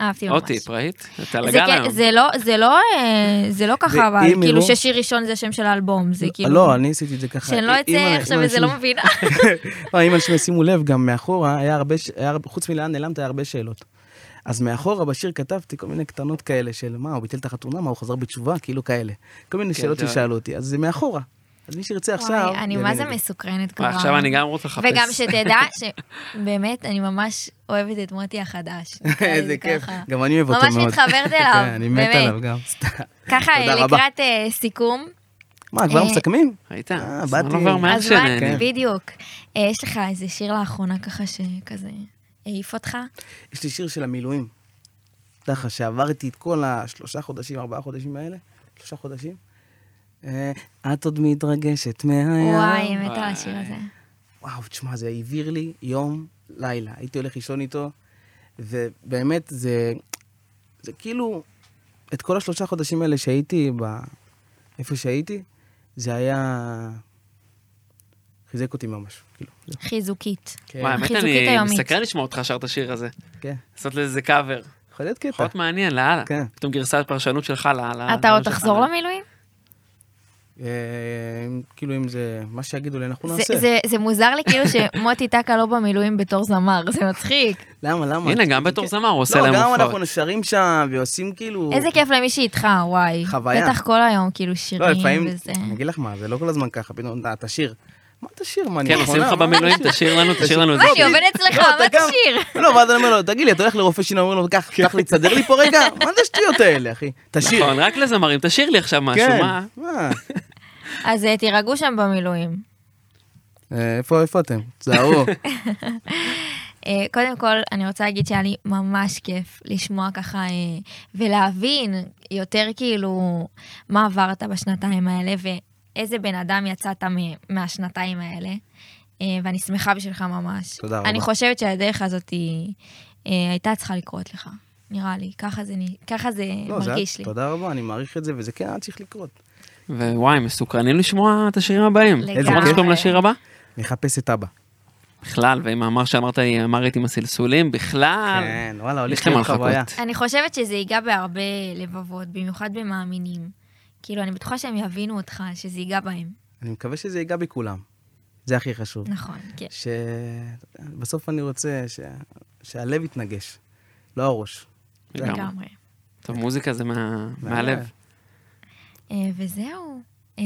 Speaker 1: אהבתי ממש.
Speaker 2: עוד טיפ, ראית? אתה על
Speaker 1: זה
Speaker 2: הגל
Speaker 1: כן-
Speaker 2: היום.
Speaker 1: זה לא, זה לא, אה, זה לא ככה, אבל
Speaker 3: ואם
Speaker 1: כאילו
Speaker 3: יראו-
Speaker 1: ששיר ראשון זה השם של האלבום, זה כאילו...
Speaker 3: לא, אני עשיתי את זה ככה.
Speaker 1: שאני לא
Speaker 3: אם-
Speaker 1: אצא
Speaker 3: אם-
Speaker 1: עכשיו
Speaker 3: אם
Speaker 1: וזה
Speaker 3: אנשים-
Speaker 1: לא מבינה.
Speaker 3: לא, אם אנשים ישימו לב, גם מאחורה, היה הרבה, ש- היה הרבה- חוץ מלאן נעלמת, היה הרבה שאלות. אז מאחורה בשיר כתבתי כל מיני קטנות כאלה של מה, הוא ביטל את החתונה, מה, הוא חזר בתשובה, כאילו כאלה. כל מיני שאלות
Speaker 2: גדול.
Speaker 3: ששאלו אותי, אז זה מאחורה. אז מי שירצה עכשיו...
Speaker 1: וואי, אני
Speaker 3: יבין
Speaker 1: מה
Speaker 3: את
Speaker 1: זה מסוקרנת כבר.
Speaker 2: מה, עכשיו אני גם רוצה לחפש.
Speaker 1: וגם שתדע שבאמת, אני ממש אוהבת את מוטי החדש. נקרא
Speaker 3: איזה
Speaker 1: לזה
Speaker 3: כיף,
Speaker 1: ככה.
Speaker 3: גם אני אוהב אותו מאוד.
Speaker 1: ממש מתחברת אליו,
Speaker 3: כן, אני מת
Speaker 1: באמת.
Speaker 3: עליו גם.
Speaker 1: ככה,
Speaker 3: תודה רבה.
Speaker 1: לקראת אה, סיכום,
Speaker 3: מה, כבר
Speaker 1: אה,
Speaker 3: מסכמים?
Speaker 2: ראית?
Speaker 3: אה,
Speaker 2: זמן
Speaker 3: באתי-
Speaker 2: עובר מהר
Speaker 1: אז מה,
Speaker 2: שנהנה.
Speaker 1: בדיוק. אה, יש לך איזה שיר לאחרונה ככה שכזה העיף אותך?
Speaker 3: יש לי שיר של המילואים. ככה, שעברתי את כל השלושה חודשים, ארבעה חודשים האלה, שלושה חודשים. אה, את עוד מתרגשת מהים.
Speaker 1: וואי, מת על
Speaker 2: וואי.
Speaker 1: השיר הזה.
Speaker 3: וואו, תשמע, זה הבהיר לי יום, לילה. הייתי הולך לישון איתו, ובאמת, זה, זה כאילו, את כל השלושה חודשים האלה שהייתי, ב... איפה שהייתי, זה היה... חיזק אותי ממש, כאילו.
Speaker 1: חיזוקית.
Speaker 3: כן.
Speaker 2: מה, האמת,
Speaker 1: חיזוקית
Speaker 2: אני
Speaker 1: היומית.
Speaker 2: מסקרן לשמוע אותך שר את השיר הזה.
Speaker 3: כן,
Speaker 2: לעשות לזה קאבר.
Speaker 3: יכול להיות קטע.
Speaker 2: פחות מעניין, לאללה.
Speaker 3: כן.
Speaker 2: פתאום גרסת פרשנות שלך לאללה.
Speaker 1: אתה
Speaker 3: לא
Speaker 1: עוד תחזור למילואים?
Speaker 3: אה, כאילו, אם זה מה שיגידו לי, אנחנו
Speaker 1: זה-
Speaker 3: נעשה.
Speaker 1: זה- זה מוזר לי כאילו שמוטי טקה לא במילואים בתור זמר, זה מצחיק.
Speaker 3: למה, למה?
Speaker 2: הנה, גם בתור זמר הוא עושה
Speaker 3: לא,
Speaker 2: להם
Speaker 3: גם אנחנו
Speaker 2: הופעות.
Speaker 3: נשארים שם ועושים כאילו...
Speaker 1: איזה כיף למי שאיתך, וואי.
Speaker 3: חוויה.
Speaker 1: בטח כל היום, כאילו
Speaker 3: לא,
Speaker 1: שירים
Speaker 3: לפעמים,
Speaker 1: וזה.
Speaker 3: אני אגיד לך מה, זה נכון. לא כל הזמן ככה, פתאום אתה- אתה שיר. מה תשאיר? מה, אני
Speaker 2: כן, עושים לך במילואים, תשאיר לנו, תשאיר לנו איזה
Speaker 1: מה, אני
Speaker 2: שיר.
Speaker 1: עובד אצלך,
Speaker 3: לא,
Speaker 1: מה כן.
Speaker 3: אתה גם-
Speaker 1: תשאיר?
Speaker 3: לא, ואז אני אומר לו, תגיד לי, אתה הולך לרופא שיניים, אומר לו, קח, קח לי, תסדר לי פה רגע? מה זה השטויות האלה, אחי? תשאיר.
Speaker 2: נכון, רק לזמרים, תשאיר לי עכשיו משהו,
Speaker 3: כן.
Speaker 2: מה?
Speaker 3: מה?
Speaker 1: אז אה, תירגעו שם במילואים.
Speaker 3: אה, איפה איפה אתם? תזהרו.
Speaker 1: אה, קודם כל, אני רוצה להגיד שהיה לי ממש כיף לשמוע ככה אה, ולהבין יותר כאילו מה עברת בשנתיים האלה ואיזה בן אדם יצאת מ- מהשנתיים האלה. אה, ואני שמחה בשבילך ממש.
Speaker 3: תודה רבה.
Speaker 1: אני חושבת שהדרך הזאת היא, אה, הייתה צריכה לקרות לך, נראה לי. ככה זה, נ- ככה זה
Speaker 3: לא, זה
Speaker 1: מרגיש לי.
Speaker 3: היה- תודה רבה, אני מעריך את זה, וזה כן היה צריך לקרות.
Speaker 2: ווואי, מסוקרנים לשמוע את השירים הבאים.
Speaker 1: לגמרי.
Speaker 2: איזה מה שקוראים לשיר הבא?
Speaker 3: נחפש את אבא.
Speaker 2: בכלל, ועם המאמר שאמרת לי, אמרית עם הסלסולים, בכלל.
Speaker 3: כן, וואלה, הולך
Speaker 2: אה, יש למה
Speaker 3: להיות
Speaker 2: לחכות.
Speaker 3: חוויה.
Speaker 1: אני חושבת שזה ייגע בהרבה לבבות, במיוחד במאמינים. כאילו, אני בטוחה שהם יבינו אותך, שזה ייגע בהם.
Speaker 3: אני מקווה שזה ייגע בכולם. זה הכי חשוב.
Speaker 1: נכון, כן.
Speaker 3: שבסוף אני רוצה ש... שהלב יתנגש, לא הראש.
Speaker 2: לגמרי.
Speaker 1: לגמרי.
Speaker 2: טוב, מוזיקה זה מה- מהלב.
Speaker 1: אה, וזהו. אה,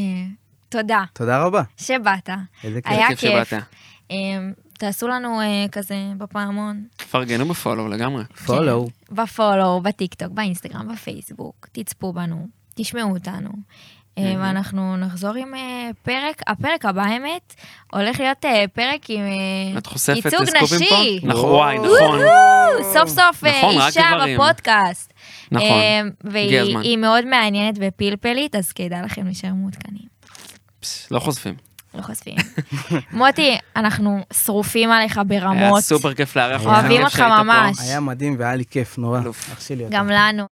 Speaker 1: תודה
Speaker 3: תודה רבה.
Speaker 1: שבאת.
Speaker 3: איזה כיף.
Speaker 1: היה
Speaker 2: כיף
Speaker 1: כיף.
Speaker 2: שבאת.
Speaker 1: אה, תעשו לנו אה, כזה בפעמון,
Speaker 2: תפרגנו בפולו לגמרי.
Speaker 3: פולו.
Speaker 1: בפולו, בטיקטוק, באינסטגרם, בפייסבוק. תצפו בנו, תשמעו אותנו. אה,
Speaker 2: Mm-hmm.
Speaker 1: ואנחנו נחזור עם אה, פרק, הפרק הבא, האמת, הולך להיות אה, פרק עם אה,
Speaker 2: את חושפת
Speaker 1: ייצוג
Speaker 2: לסקופים
Speaker 1: נשי.
Speaker 2: פה? נכון, וואי, נכון.
Speaker 1: וואו, סוף סוף אה,
Speaker 2: נכון, רק
Speaker 1: אישה
Speaker 2: גברים.
Speaker 1: בפודקאסט.
Speaker 2: נכון,
Speaker 1: אה,
Speaker 2: הגיע
Speaker 1: והיא
Speaker 2: הזמן.
Speaker 1: היא מאוד מעניינת ופלפלית, אז כדאי לכם להישאר מעודכנים.
Speaker 2: פס, לא חושפים.
Speaker 1: לא חושפים. מוטי, אנחנו שרופים עליך ברמות.
Speaker 2: היה סופר כיף לארח
Speaker 1: אוהבים
Speaker 2: כיף
Speaker 1: אותך
Speaker 2: שהיית פה.
Speaker 1: ממש.
Speaker 3: היה מדהים והיה לי כיף, נורא.
Speaker 2: אלוף.
Speaker 3: אח שלי. אתה.
Speaker 1: גם לנו.